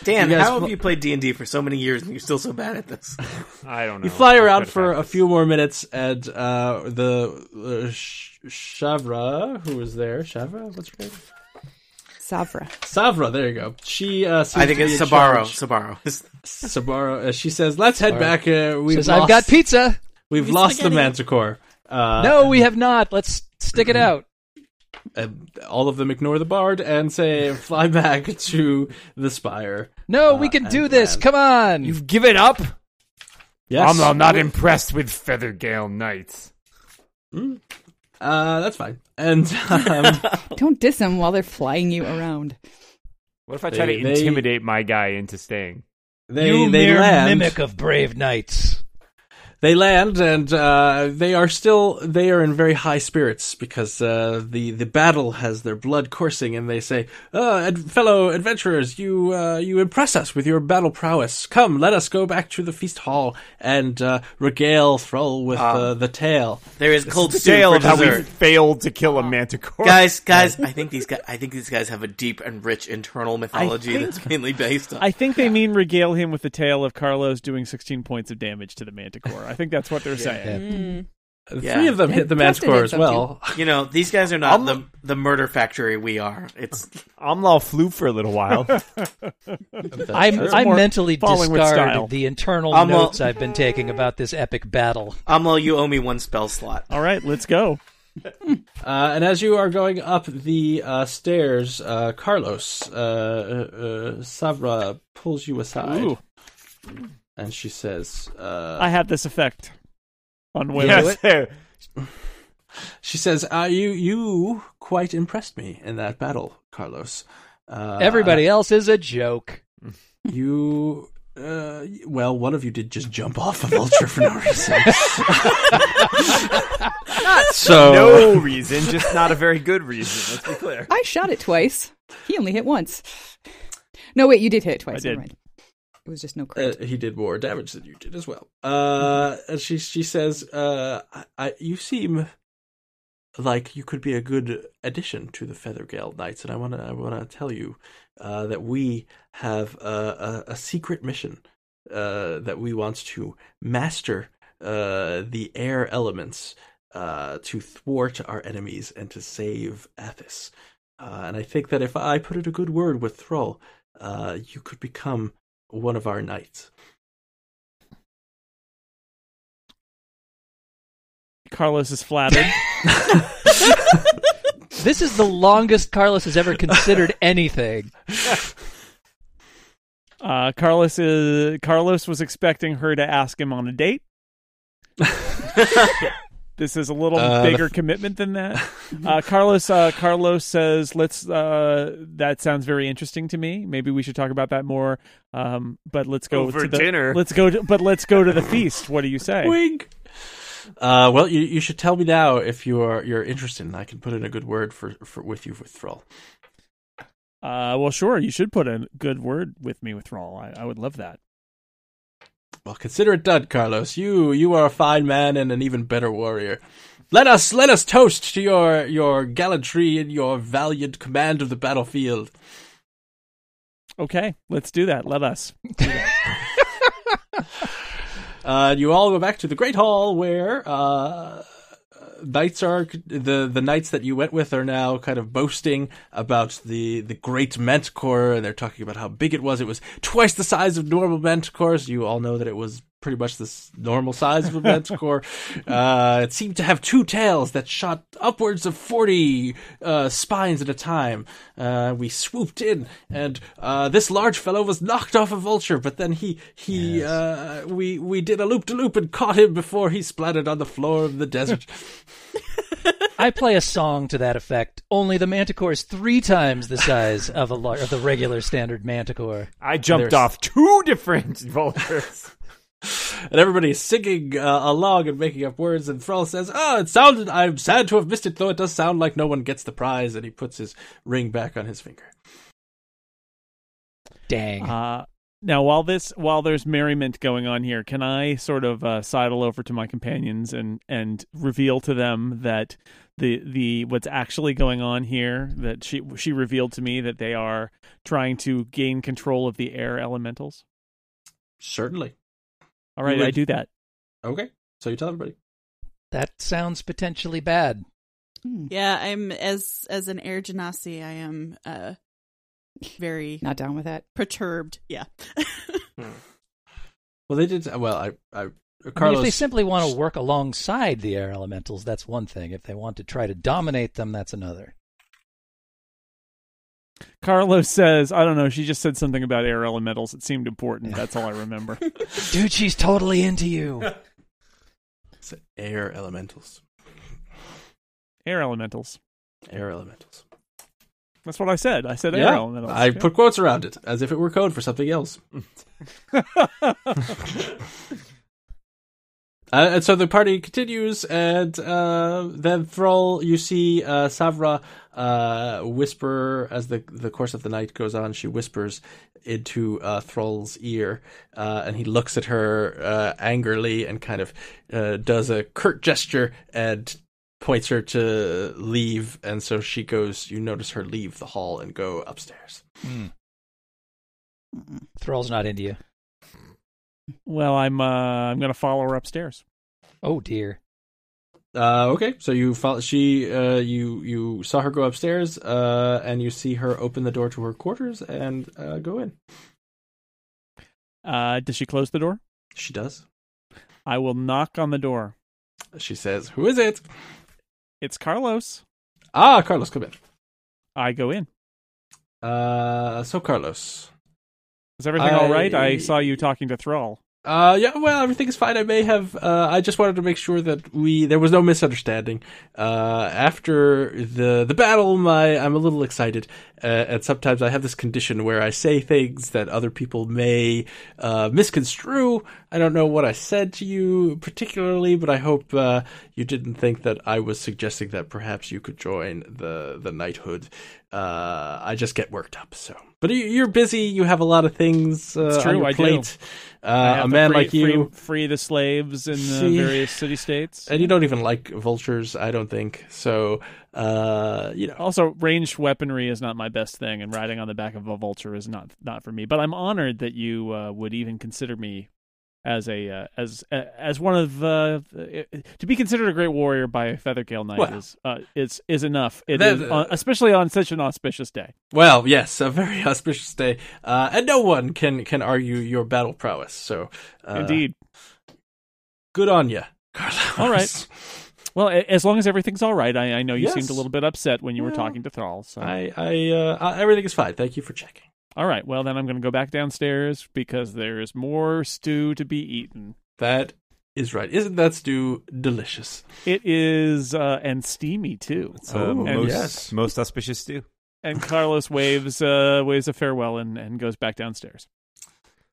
Dan, You guys how fl- have you Oh, played D and D for so many years and you're still so bad at this? I don't know. You fly I'm around quite for a fast. few more minutes, and uh, the uh, Sh- Shavra, who was there, Shavra, what's her name? Savra. Savra. There you go. She, uh, seems I think to be it's in Sabaro. charge. Sabaro. Sabaro. Uh, she says, "Let's head Sabaro. back. Uh, we've Says lost, I've got pizza. We've We lost the spaghetti." manticore." Uh, no, we have not. Let's stick it out. and uh, all of them ignore the bard and say, "Fly back to the spire." No, Uh, we can do and this. land. Come on. You've given up? Yes, I'm, I'm not impressed with Feathergale Knights. Uh, that's fine. And um, Don't diss them while they're flying you around. What if I try They- to they- intimidate my guy into staying? they you they mere land. mimic of brave knights. They land and uh, they are still they are in very high spirits because uh, the the battle has their blood coursing and they say, uh, ad- "Fellow adventurers, you uh, you impress us with your battle prowess. Come, let us go back to the feast hall and uh, regale Thrall with the the tale." There is cold The stew tale for of how we dessert. failed to kill a manticore. Guys, guys, I think these guys, I think these guys have a deep and rich internal mythology think- that's mainly based on. I think they mean regale him with the tale of Carlos doing 16 points of damage to the manticore. I think that's what they're saying. Yeah. Three of them hit the manticore as Prostitutes up well. you know, these guys are not I'm- the the murder factory we are. It's Amlal flew for a little while. I, Sure. I more mentally falling with style. discard the internal I'm a- notes i I've been taking about this epic battle. Amal, you owe me one spell slot. All right, let's go. Uh, and as you are going up the uh, stairs, uh, Carlos uh, uh, Savra pulls you aside Ooh, and she says, uh, I had this effect on Will. yes. She says, uh, "You you quite impressed me in that battle, Carlos. Uh, Everybody else is a joke. you." Uh, well, one of you did just jump off of Ultra for no reason. so No reason, just not a very good reason. Let's be clear. I shot it twice. He only hit once. No, wait, you did hit it twice. I did. Never mind. It was just no uh, crit. he did more damage than you did as well. Uh, and she she says, uh, I, I, "You seem like you could be a good addition to the Feathergale Knights, and I want to I want to tell you uh, that we have a, a, a secret mission uh, that we want to master uh, the air elements uh, to thwart our enemies and to save Athos." Uh, and I think that if I put in a good word with Thrall, uh, you could become one of our knights. Carlos is flattered. This is the longest Carlos has ever considered anything. Uh, Carlos is Carlos was expecting her to ask him on a date. this is a little Uh, bigger commitment than that. Uh, Carlos uh, Carlos says, "Let's. Uh, that sounds very interesting to me. Maybe we should talk about that more. Um, but let's go Over to the, dinner. Let's go. To, but let's go to the feast. What do you say? Wink. Uh, well, you, you should tell me now if you are you're interested, and I can put in a good word for, for with you with Thrall. Uh, well, sure. You should put a good word with me with Thrall. I, I would love that. Well, consider it done, Carlos. You you are a fine man and an even better warrior. Let us let us toast to your your gallantry and your valiant command of the battlefield. Okay, let's do that. Let us. Uh, and you all go back to the great hall where uh, knights are the the knights that you went with are now kind of boasting about the the great manticore, and they're talking about how big it was. It was twice the size of normal manticores. You all know that it was pretty much the s- normal size of a manticore. uh, it seemed to have two tails that shot upwards of 40 uh, spines at a time. Uh, we swooped in, and uh, this large fellow was knocked off a vulture, but then he, he uh, we, we did a loop de loop and caught him before he splattered on the floor of the desert. I play a song to that effect. Only the manticore is three times the size of a lar- of the regular standard manticore. I jumped There's- off two different vultures. and everybody's singing uh, along and making up words. And Thrall says, "Oh, it sounded. I'm sad to have missed it, though. It does sound like no one gets the prize." And he puts his ring back on his finger. Dang. Uh, now, while this while there's merriment going on here, can I sort of uh, sidle over to my companions and and reveal to them that the the what's actually going on here that she she revealed to me that they are trying to gain control of the air elementals. Certainly. All right, would- I do that. Okay. So you tell everybody. that sounds potentially bad. Hmm. Yeah, I'm as as an air genasi, I am uh very Not down with that. perturbed. Yeah. Well, they did. Well, I, I, I mean, Carlos. if they simply want to work alongside the air elementals, that's one thing. If they want to try to dominate them, that's another. Carlos says, "I don't know." She just said something about air elementals. It seemed important. Yeah. That's all I remember. Dude, she's totally into you. It's air elementals. air elementals. Air elementals. That's what I said. I said air yeah. elementals. I put quotes around it as if it were code for something else. Uh, and so the party continues, and uh, then Thrall, you see uh, Savra uh, whisper as the the course of the night goes on. She whispers into uh, Thrall's ear, uh, and he looks at her uh, angrily and kind of uh, does a curt gesture and points her to leave. And so she goes. You notice her leave the hall and go upstairs. Mm. Thrall's not into you. well, I'm uh, I'm going to follow her upstairs. Oh dear. Uh, okay, so you follow, she uh, you you saw her go upstairs, uh, and you see her open the door to her quarters and uh, go in. Uh, does she close the door? She does. I will knock on the door. She says, "Who is it?" It's Carlos. Ah, Carlos, come in. I go in. Uh, so Carlos. Is everything all right? I- I saw you talking to Thrall. Uh, yeah, well, everything is fine. I may have. Uh, I just wanted to make sure that we there was no misunderstanding. Uh, after the the battle, my I'm a little excited, uh, and sometimes I have this condition where I say things that other people may uh, misconstrue. I don't know what I said to you particularly, but I hope uh, you didn't think that I was suggesting that perhaps you could join the the knighthood. Uh, I just get worked up. So, but you- you're busy. You have a lot of things uh, It's true, on your I do. plate. I Uh, have a to man free, like you. free, free the slaves in the See? various city states. And you don't even like vultures, I don't think. So, uh, you know, Also, ranged weaponry is not my best thing, and riding on the back of a vulture is not not for me. But I'm honored that you uh, would even consider me as a uh, as uh, as one of uh, to be considered a great warrior by a feathergale knight Well. is uh, is is enough. It That- uh, is on, especially on such an auspicious day. well, yes, a very auspicious day, uh, and no one can can argue your battle prowess. So, uh, Indeed. good on you, Carlos. All right. Well, a- as long as everything's all right, I, I know you Yes. seemed a little bit upset when you were Yeah. talking to Thrall. So, I, I, uh, uh, everything is fine. Thank you for checking. all right, well then I'm going to go back downstairs because there is more stew to be eaten. That is right. Isn't that stew delicious? It is uh, and steamy too. Uh, Ooh, most, yes. most auspicious stew. And Carlos waves uh, waves a farewell and, and goes back downstairs.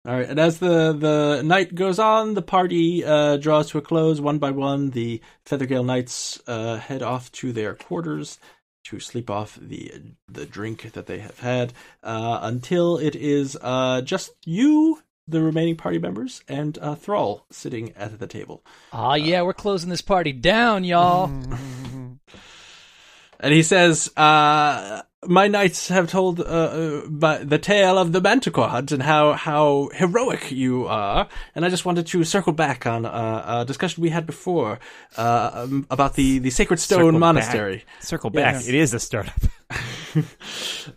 All right, and as the the night goes on, the party uh, draws to a close one by one. The Feathergale knights uh, head off to their quarters to sleep off the the drink that they have had uh, until it is uh, just you, the remaining party members, and uh, Thrall sitting at the table. Ah, yeah, we're closing this party down, y'all. And he says, uh, my knights have told uh, uh, by the tale of the Manticore hunt and how, how heroic you are. And I just wanted to circle back on uh, a discussion we had before uh, um, about the, the Sacred Stone Circle back. Monastery. Circle back. Yes. It is a startup.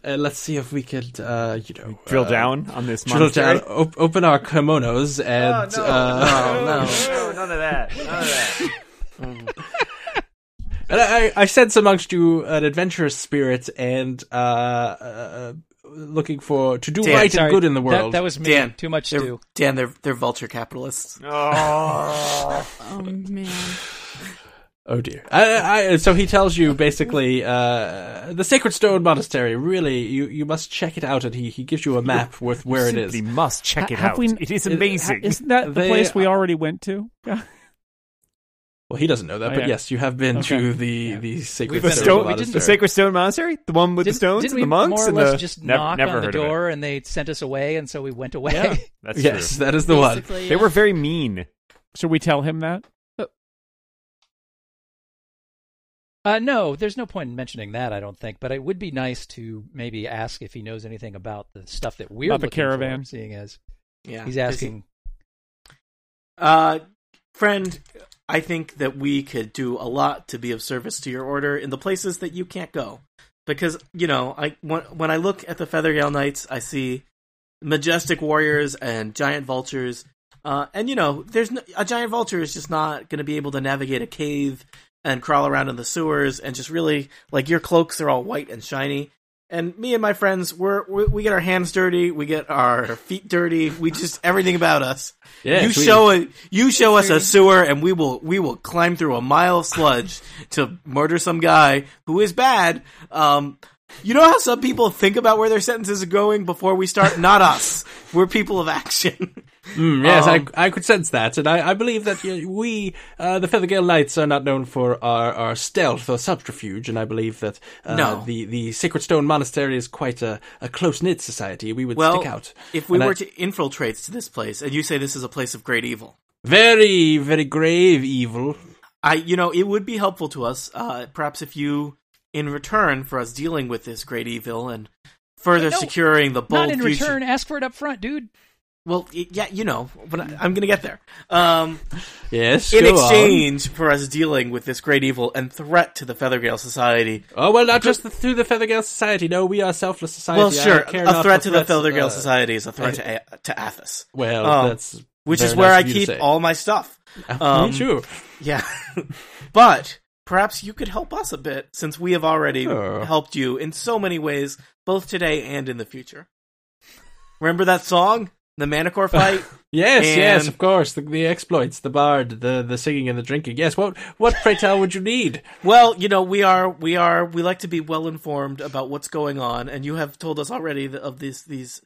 Uh, let's see if we could, uh, you know, Drill uh, down on this. drill monastery. down, op- open our kimonos, and uh, Oh, no, none of that. None of that. and I, I- I sense amongst you an adventurous spirit and uh, uh, looking for to do Dan, right Sorry, and good in the world. That, that was me. Dan, Too much They're- stew. Dan, they're they're vulture capitalists. Oh man. Oh dear. I, I, so he tells you basically uh, the Sacred Stone Monastery. Really, you, you must check it out, and he, he gives you a map with where it is. Simply must check it Have out. we- it is amazing. Isn't that the They- place we already went to? Well, he doesn't know that, Oh, but yeah. yes, you have been to Okay. the the Sacred We've the been Stone. to- stone, we didn't- the Monastery. sacred stone monastery, the one with the Didn't- stones didn't and the we monks more or and less the just Never- knock never on the heard of it. door and they sent us away, and so we went away. Yeah. That's yes, true. that is the one. Basically, They yeah. were very mean. Should we tell him that? Uh, no, there's no point in mentioning that, I don't think. But it would be nice to maybe ask if he knows anything about the stuff that we're About the looking for, caravan. seeing as Yeah, he's asking. Uh, friend, I think that we could do a lot to be of service to your order in the places that you can't go, because you know, I when, when I look at the Feathergale Knights, I see majestic warriors and giant vultures, uh, and you know, there's no, a giant vulture is just not going to be able to navigate a cave and crawl around in the sewers and just really like your cloaks are all white and shiny. And me and my friends, we're, we we get our hands dirty, we get our feet dirty, we just everything about us Yes, you we- show a, you show us a sewer, and we will we will climb through a mile of sludge to murder some guy who is bad. Um, you know how some people think about where their sentences are going before we start. Not us. We're people of action. Mm, yes, Um, I, I could sense that, and I, I believe that uh, we, uh, the Feathergale Knights, are not known for our, our stealth or subterfuge, and I believe that uh, No. the, the Sacred Stone Monastery is quite a, a close knit society. We would well, stick out. if we And I- were to infiltrate to this place, and you say this is a place of great evil, Very, very grave evil. I, you know, it would be helpful to us. Uh, perhaps if you, in return for us dealing with this great evil and further No, securing the bold Not in future. return. Ask for it up front, dude. Well, y- yeah, you know, but I, I'm gonna get there. Um, Yes, in go on. exchange for us dealing with this great evil and threat to the Feathergale Society. Oh well, not just the, through the Feathergale Society. No, we are selfless society. well, I sure, care a not threat for to the threats, Feathergale uh, Society is a threat to, a- to Athos. Well, Um, that's which very is where nice of I you to keep say. all my stuff. Oh, um, Me too. Yeah, but perhaps you could help us a bit since we have already Sure. helped you in so many ways, both today and in the future. Remember that song, the Manticore fight? Yes, yes, and- of course. The, the exploits, the bard, the the singing and the drinking. Yes. What what pray tell would you need? Well, you know, we are we are we like to be well informed about what's going on, and you have told us already th- of these these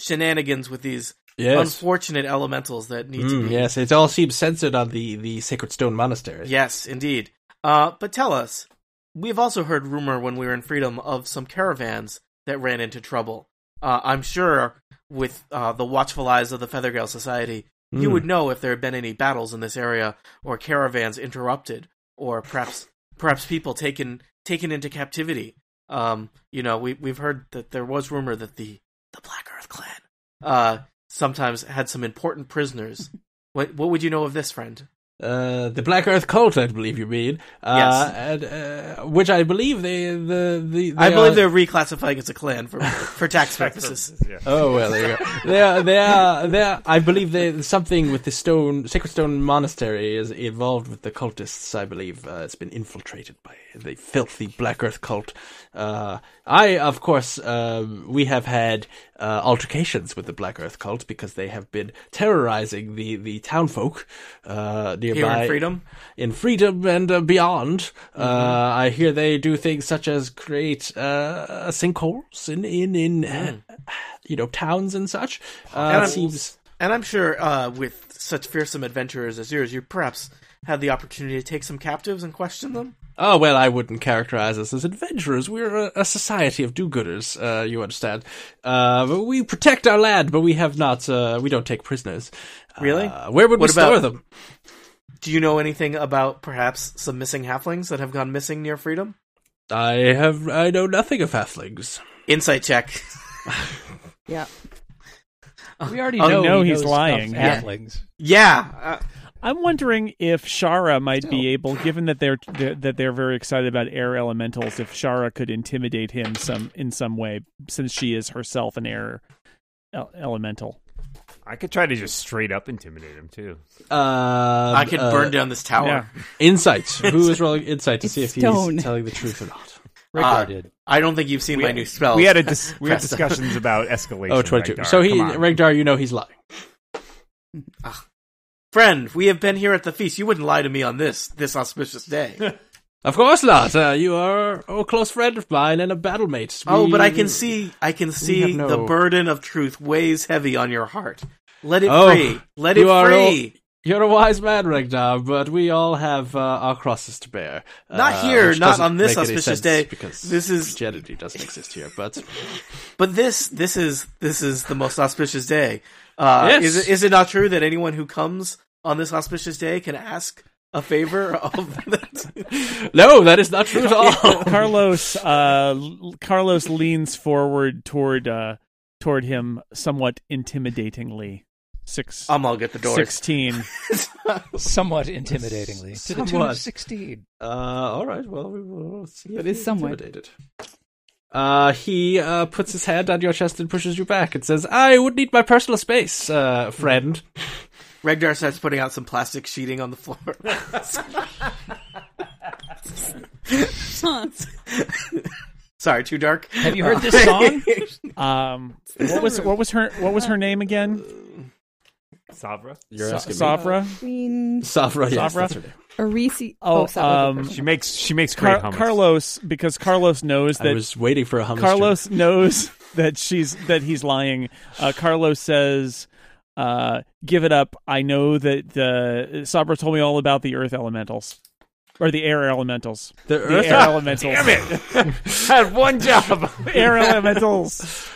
shenanigans with these Yes. unfortunate elementals that need to Mm, be. yes, it all seems censored on the, the Sacred Stone Monastery. Yes, indeed. Uh, but tell us, we've also heard rumor when we were in freedom of some caravans that ran into trouble. Uh, I'm sure with uh, the watchful eyes of the Feathergale Society, you Mm. would know if there had been any battles in this area or caravans interrupted or perhaps perhaps people taken taken into captivity. Um, you know, we we've heard that there was rumor that the the Black Earth Clan uh, sometimes had some important prisoners. what what would you know of this friend? Uh, the Black Earth cult, I believe you mean. Uh, and, uh, which I believe they the the. I they believe are- they're reclassifying as a clan for for tax purposes. Yeah. Oh well, there you go. They are, they are, they are, I believe they something with the stone, sacred stone monastery is involved with the cultists. I believe uh, it's been infiltrated by the filthy Black Earth cult. Uh, I, of course, um, we have had uh, altercations with the Black Earth cult because they have been terrorizing the the town folk uh, Here nearby in freedom, Mm-hmm. in freedom and uh, beyond. Uh, I hear they do things such as create uh, sinkholes in in in Mm. uh, you know towns and such. Uh, Animals. seems and I'm sure uh, with such fearsome adventurers as yours, you perhaps had the opportunity to take some captives and question them. oh well, I wouldn't characterize us as adventurers. We're a, a society of do-gooders. Uh, you understand? Uh, but we protect our land, but we have not. Uh, we don't take prisoners. Really? Uh, where would What we store about- them? Do you know anything about perhaps some missing halflings that have gone missing near freedom? I have I know nothing of halflings. Insight check. Yeah. We already Oh, know, no, he he's knows lying. stuff, Yeah. halflings. Yeah. I'm wondering if Shara might Still. be able, given that they're that they're very excited about air elementals, if Shara could intimidate him some in some way, since she is herself an air el- elemental. I could try to just straight up intimidate him too. Uh, I could uh, burn down this tower. Yeah. Insight. Who is rolling insight to It's see if stone. he's telling the truth or not? Rhaegar Uh, did. I don't think you've seen We my had- new spells. We had a dis- we had Press. discussions about escalation. Oh, 22. Ragnar. So he, Come on. Regdar, you know he's lying. friend. We have been here at the feast. You wouldn't lie to me on this this auspicious day. Of course not. Uh, you are a close friend of mine and a battlemate. oh, We- but I can see I can see have the no- burden of truth weighs heavy on your heart. Let it Oh, free. Let it you are free. You're a wise man, Regdar, but we all have uh, our crosses to bear. Not Uh, here, which not doesn't on this make any auspicious sense day. Because This is- Christianity doesn't exist here, but But this this is this is the most auspicious day. Uh, Yes. Is it, is it not true that anyone who comes on this auspicious day can ask a favor of? no, that is not true at all. Carlos uh, l- Carlos leans forward toward uh, toward him somewhat intimidatingly. Six I'm all get the doors. sixteen. Somewhat intimidatingly. To the tune Somewhat. of 16. Uh, all right. Well, we will see. That if is he's somewhat. intimidated. Uh, he uh, puts his hand on your chest and pushes you back and says, "I would need my personal space, uh, friend." Regdar starts putting out some plastic sheeting on the floor. Sorry, too dark. Have you heard this song? Um, what was what was her what was her name again? Savra. You're Sa- asking Savra. Queen Savra. Yes, Savra? that's her name. Arisi. Oh, sorry. um, She makes she makes great Car- hummus. Carlos, because Carlos knows I that was waiting for a hummus. joke. Carlos knows that she's that he's lying. Uh, Carlos says, uh, "Give it up. I know that the Sabra told me all about the earth elementals or the air elementals. The The Earth. air elementals. Damn it! Had one job. Air elementals.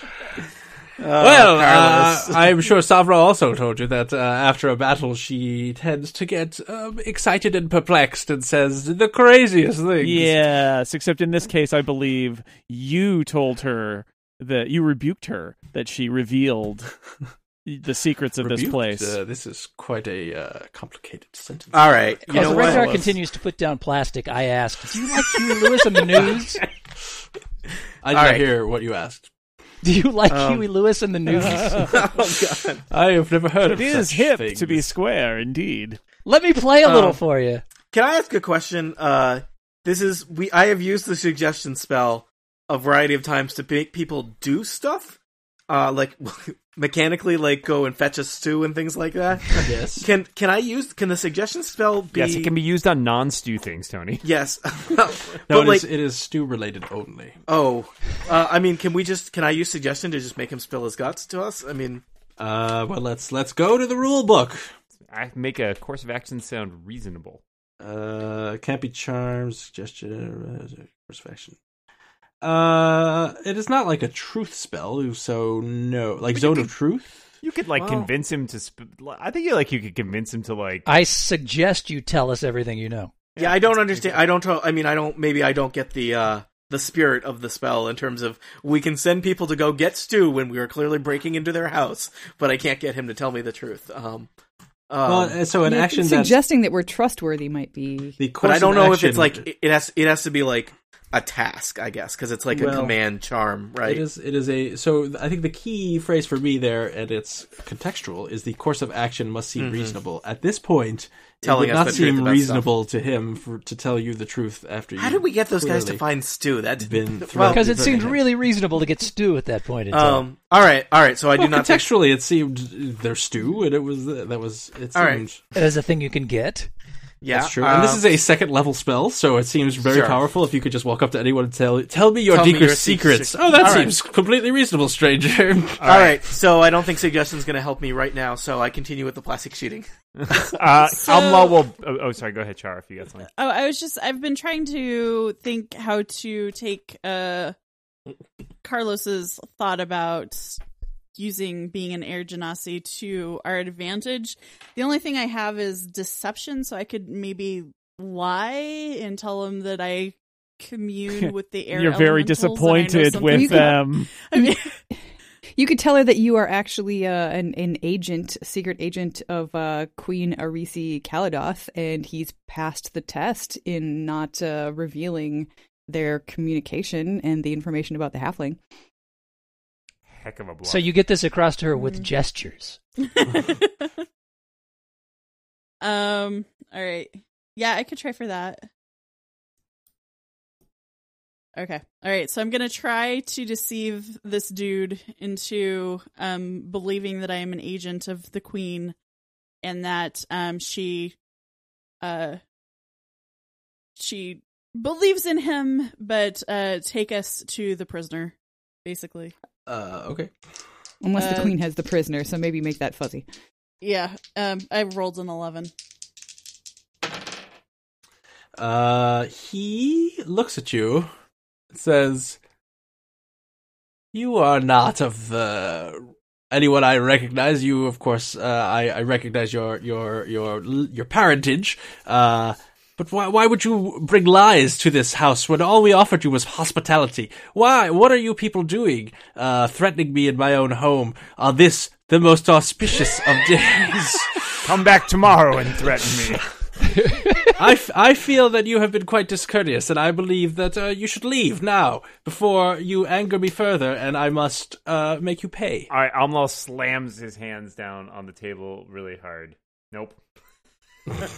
well, Carlos. uh, I'm sure Savra also told you that uh, after a battle, she tends to get um, excited and perplexed and says the craziest things. Yes, except in this case, I believe you told her that you rebuked her that she revealed the secrets of this Rebuked? place. Uh, this is quite a uh, complicated sentence. All right, you As know the what? Rhaegar continues to put down plastic, I asked, Do you like Hugh Lewis on the news? I did All not right. hear what you asked. Do you like Um, Huey Lewis in the news? Oh, I have never heard it of is such hip things. to be square, indeed. Let me play a Um, little for you. Can I ask a question? Uh, this is we. I have used the suggestion spell a variety of times to make people do stuff, uh, like mechanically, like go and fetch a stew and things like that. Yes. Can can I use? Can the suggestion spell be? Yes, it can be used on non-stew things, Tony. Yes. No, but it like, is- it is stew related only. oh, uh, I mean, can we just? Can I use suggestion to just make him spill his guts to us? I mean, Uh, well, let's let's go to the rule book. I make a course of action sound reasonable. Uh, can't be charmed, suggestion, uh, course of action. Uh, it is not like a truth spell, so no, like zone of truth. You could like Wow. convince him to. Sp- I think you like you could convince him to like. I suggest you tell us everything you know. yeah, I don't understand. I don't. tell- I mean, I don't. Maybe I don't get the uh, the spirit of the spell in terms of we can send people to go get Stu when we are clearly breaking into their house, but I can't get him to tell me the truth. Um, um, well, uh, so an You're action that suggesting that we're trustworthy might be the course but I don't of know if action- it's like it it has. It has to be like a task, I guess, because it's like a Well, command charm, right? It is. It is a. So I think the key phrase for me there, and it's contextual, is the course of action must seem reasonable. At this point, Mm-hmm. Telling it would us not the truth seem about stuff. reasonable to him for, to tell you the truth after. How you did we get those guys to clearly- find Stu? That been well, thrown. Because it Very seemed good. really reasonable to get Stu at that point in time. um. All right, all right. So I Well, do not. think- contextually, it seemed their stew, and it was that was it seemed All right. As a thing you can get. yeah, that's true. and this um, is a second level spell, so it seems very Sure. powerful. If you could just walk up to anyone and tell tell me your Tell me deeper your secret- secrets. Oh, that All right. seems completely reasonable, stranger. All right, so I don't think suggestion's going to help me right now, so I continue with the plastic sheeting. Uh, Amla will. Oh, oh, sorry. Go ahead, Char. If you got something. Oh, I was just I've been trying to think how to take uh Carlos's thought about using being an air genasi to our advantage. The only thing I have is deception, so I could maybe lie and tell him that I commune with the air. You're very elementals, and I know disappointed something with You can- about- them. I mean, You could tell her that you are actually uh, an, an agent, a secret agent of uh, Queen Arisi Kaladoth, and he's passed the test in not uh, revealing their communication and the information about the halfling. Heck of a block. So you get this across to her with gestures. um. All right. Yeah, I could try for that. Okay. All right. So I'm gonna try to deceive this dude into um believing that I am an agent of the queen, and that um she, uh, she believes in him, but uh take us to the prisoner, basically. Uh, okay. Unless the Uh, queen has the prisoner, so maybe make that fuzzy. Yeah. Um. I rolled an eleven. Uh, he looks at you, says, "You are not of the anyone I recognize. You, of course, uh, I, I recognize your your your your parentage. Uh, but why why would you bring lies to this house when all we offered you was hospitality? Why? What are you people doing? Uh, threatening me in my own home on this the most auspicious of days." come back tomorrow and threaten me. I, f- I feel that you have been quite discourteous, and I believe that uh, you should leave now before you anger me further, and I must uh, make you pay. All right, Almlal slams his hands down on the table really hard. Nope.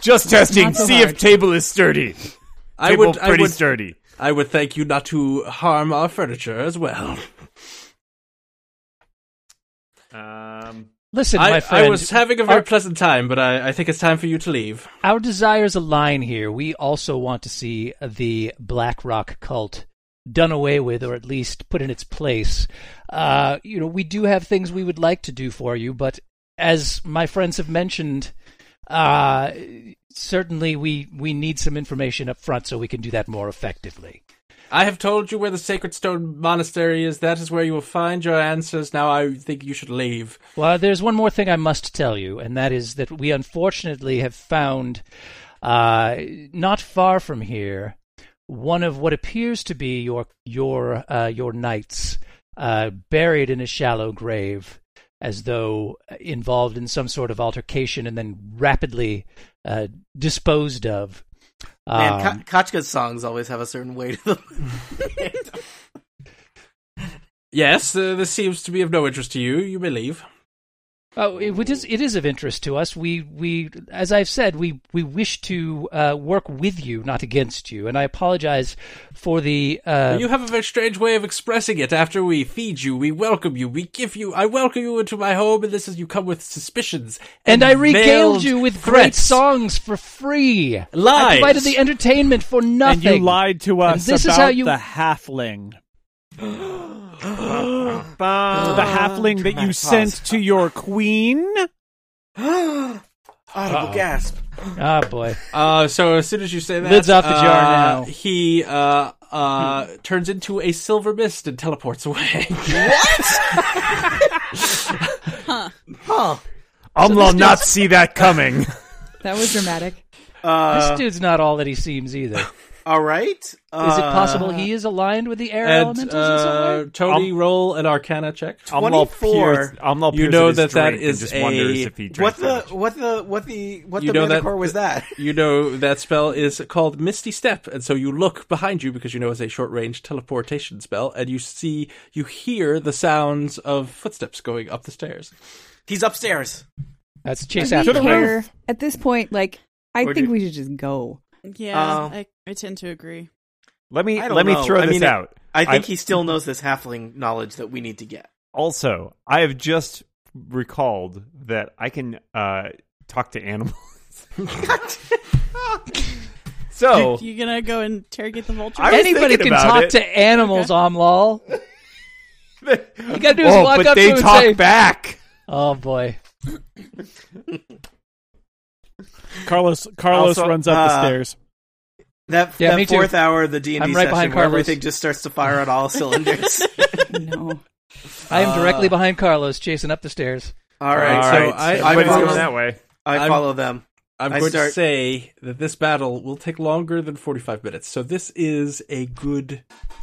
Just testing. Not so see if hard. table is sturdy. I Table would I pretty would sturdy. I would thank you not to harm our furniture as well. Um, Listen, I, my friend, I was having a very our- pleasant time, but I, I think it's time for you to leave. our desires align here. We also want to see the Black Rock cult done away with, or at least put in its place. Uh, you know, we do have things we would like to do for you, but as my friends have mentioned, uh, certainly we we need some information up front so we can do that more effectively. I have told you where the Sacred Stone Monastery is. That is where you will find your answers. Now I think you should leave. Well, there's one more thing I must tell you, and that is that we unfortunately have found, uh, not far from here, one of what appears to be your your uh, your knights uh, buried in a shallow grave, as though involved in some sort of altercation, and then rapidly uh, disposed of. Man, Um, Ka- Kachka's songs always have a certain way to them. Yes, uh, this seems to be of no interest to you. You may leave. Oh, it, it is it is of interest to us. We we as I've said, we we wish to uh, work with you, not against you. And I apologize for the. Uh, you have a very strange way of expressing it. After we feed you, we welcome you, we give you, I welcome you into my home, and this is you come with suspicions. and I regaled veiled you with great threats. songs for free. I Lies. provided the entertainment for And nothing. you lied to And us this about is how you. the halfling. Uh, the halfling that you dramatic sent pause. to your queen. Audible gasp. Ah, boy. Uh, so as soon as you say that, Lid's off the jar uh, now. He uh, uh, turns into a silver mist and teleports away. Almlal not see that coming. That was dramatic. Uh, this dude's not all that he seems either. all right. Uh, Is uh, it possible he is aligned with the air and elementals in some way? uh, Tony, Um, roll an Arcana check. 24. Almlal peers. Almlal You peers know at his that that drink and is just a- wonders if he What drank the that much. what the what the what You the know that- manticore was that? You know that spell is called Misty Step, and so you look behind you because you know it's a short range teleportation spell, and you see, you hear the sounds of footsteps going up the stairs. He's upstairs. That's chase Are we after him. here? At this point, like, I Or think do- we should just go. Yeah, Um, I, I tend to agree. Let me I don't let me know. throw I this mean, out. I think I- he still knows this halfling knowledge that we need to get. Also, I have just recalled that I can uh, talk to animals. so You gonna go interrogate the vulture? I was Anybody can thinking about talk it. to animals, Omlal. You gotta do is oh, walk but up they to him talk and say, back. "Oh boy, Carlos Carlos Also, runs up the uh, stairs. That, Yeah, me that too. fourth hour of the D and I'm D right session where behind Carlos. everything just starts to fire on all cylinders. No. I am directly Uh, behind Carlos, chasing up the stairs. all right, All so right. I, I everybody's follow, going that way. I I'm- follow them. I'm I going to start- say that this battle will take longer than 45 minutes. So this is a good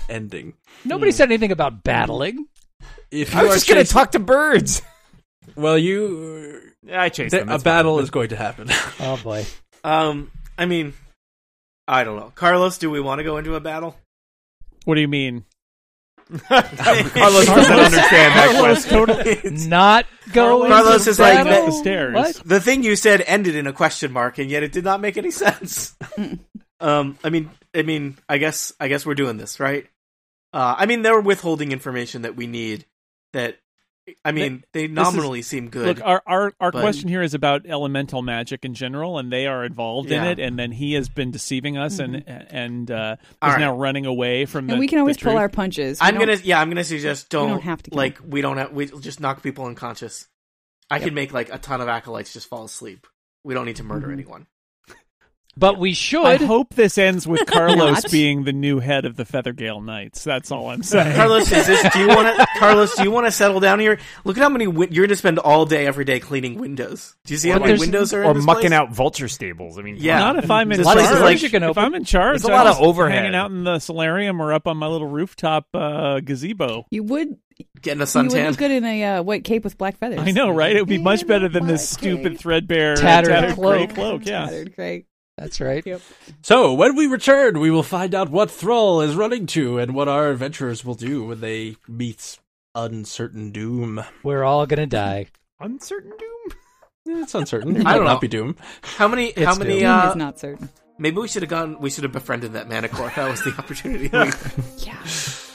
ending. Nobody said anything about battling. If you I was are just going to chasing- talk to birds. Well, you I chased th- them. a it's fine. battle is going to happen. Oh boy. Um, I mean, I don't know, Carlos. Do we want to go into a battle? What do you mean? Carlos doesn't understand that question. Not going. Carlos to is like battle? that- The stairs. What? the thing you said ended in a question mark, and yet it did not make any sense. um, I mean, I mean, I guess, I guess we're doing this right. Uh, I mean, they're withholding information that we need. That, I mean, they nominally seem good. Look, our our, our But- question here is about elemental magic in general, and they are involved in Yeah. it. And then he has been deceiving us, and and uh, All is right. now running away from. Mm-hmm. and the, we can always the pull truth. our punches. We I'm don't- gonna, yeah, I'm gonna suggest don't, have to kill like we don't have we just knock people unconscious. I can make like a ton of acolytes just fall asleep. We don't need to murder Mm-hmm. anyone. But we I should. hope this ends with Carlos Not. being the new head of the Feathergale Knights. That's all I'm saying. Carlos, is this? Do you want to? Carlos, do you want to settle down here? Look at how many win- you're going to spend all day every day cleaning windows. Do you see how But many there's- windows are in Or this mucking place? out vulture stables. I mean, Yeah. Not if I'm in This charge. place is like- if I'm in charge, There's a lot I of was overhead. Hanging out in the solarium or up on my little rooftop uh, gazebo. You would Getting a you would look suntan. good in a uh, white cape with black feathers. I know, right? It would be much better than this Black cape. stupid threadbare gray Tattered cloak. cloak. Yeah. Tattered gray. That's right. Yep. so when we return, we will find out what Thrall is running to and what our adventurers will do when they meet uncertain doom. Eh, We're all gonna die. Uncertain doom. Yeah, It's uncertain. It I might don't know. not be doom. How many? How It's many? Doom Uh, is not certain. maybe we should have gone. We should have befriended that manicore. That was the opportunity. We-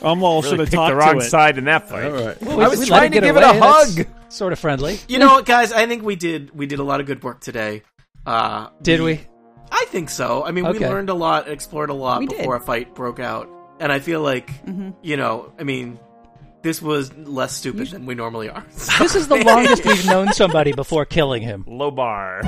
I'm all Really should have picked talked the wrong to it. side in that fight. Well, I we- was we let trying him to get give it a away. That's hug. Sort of friendly. you know what, guys? I think we did. We did a lot of good work today. Uh, Did we? I think so. I mean, we Okay. learned a lot, explored a lot We did. before a fight broke out, and I feel like you know, I mean, this was less stupid than we normally are. This is the longest we've known somebody before killing him. Low bar.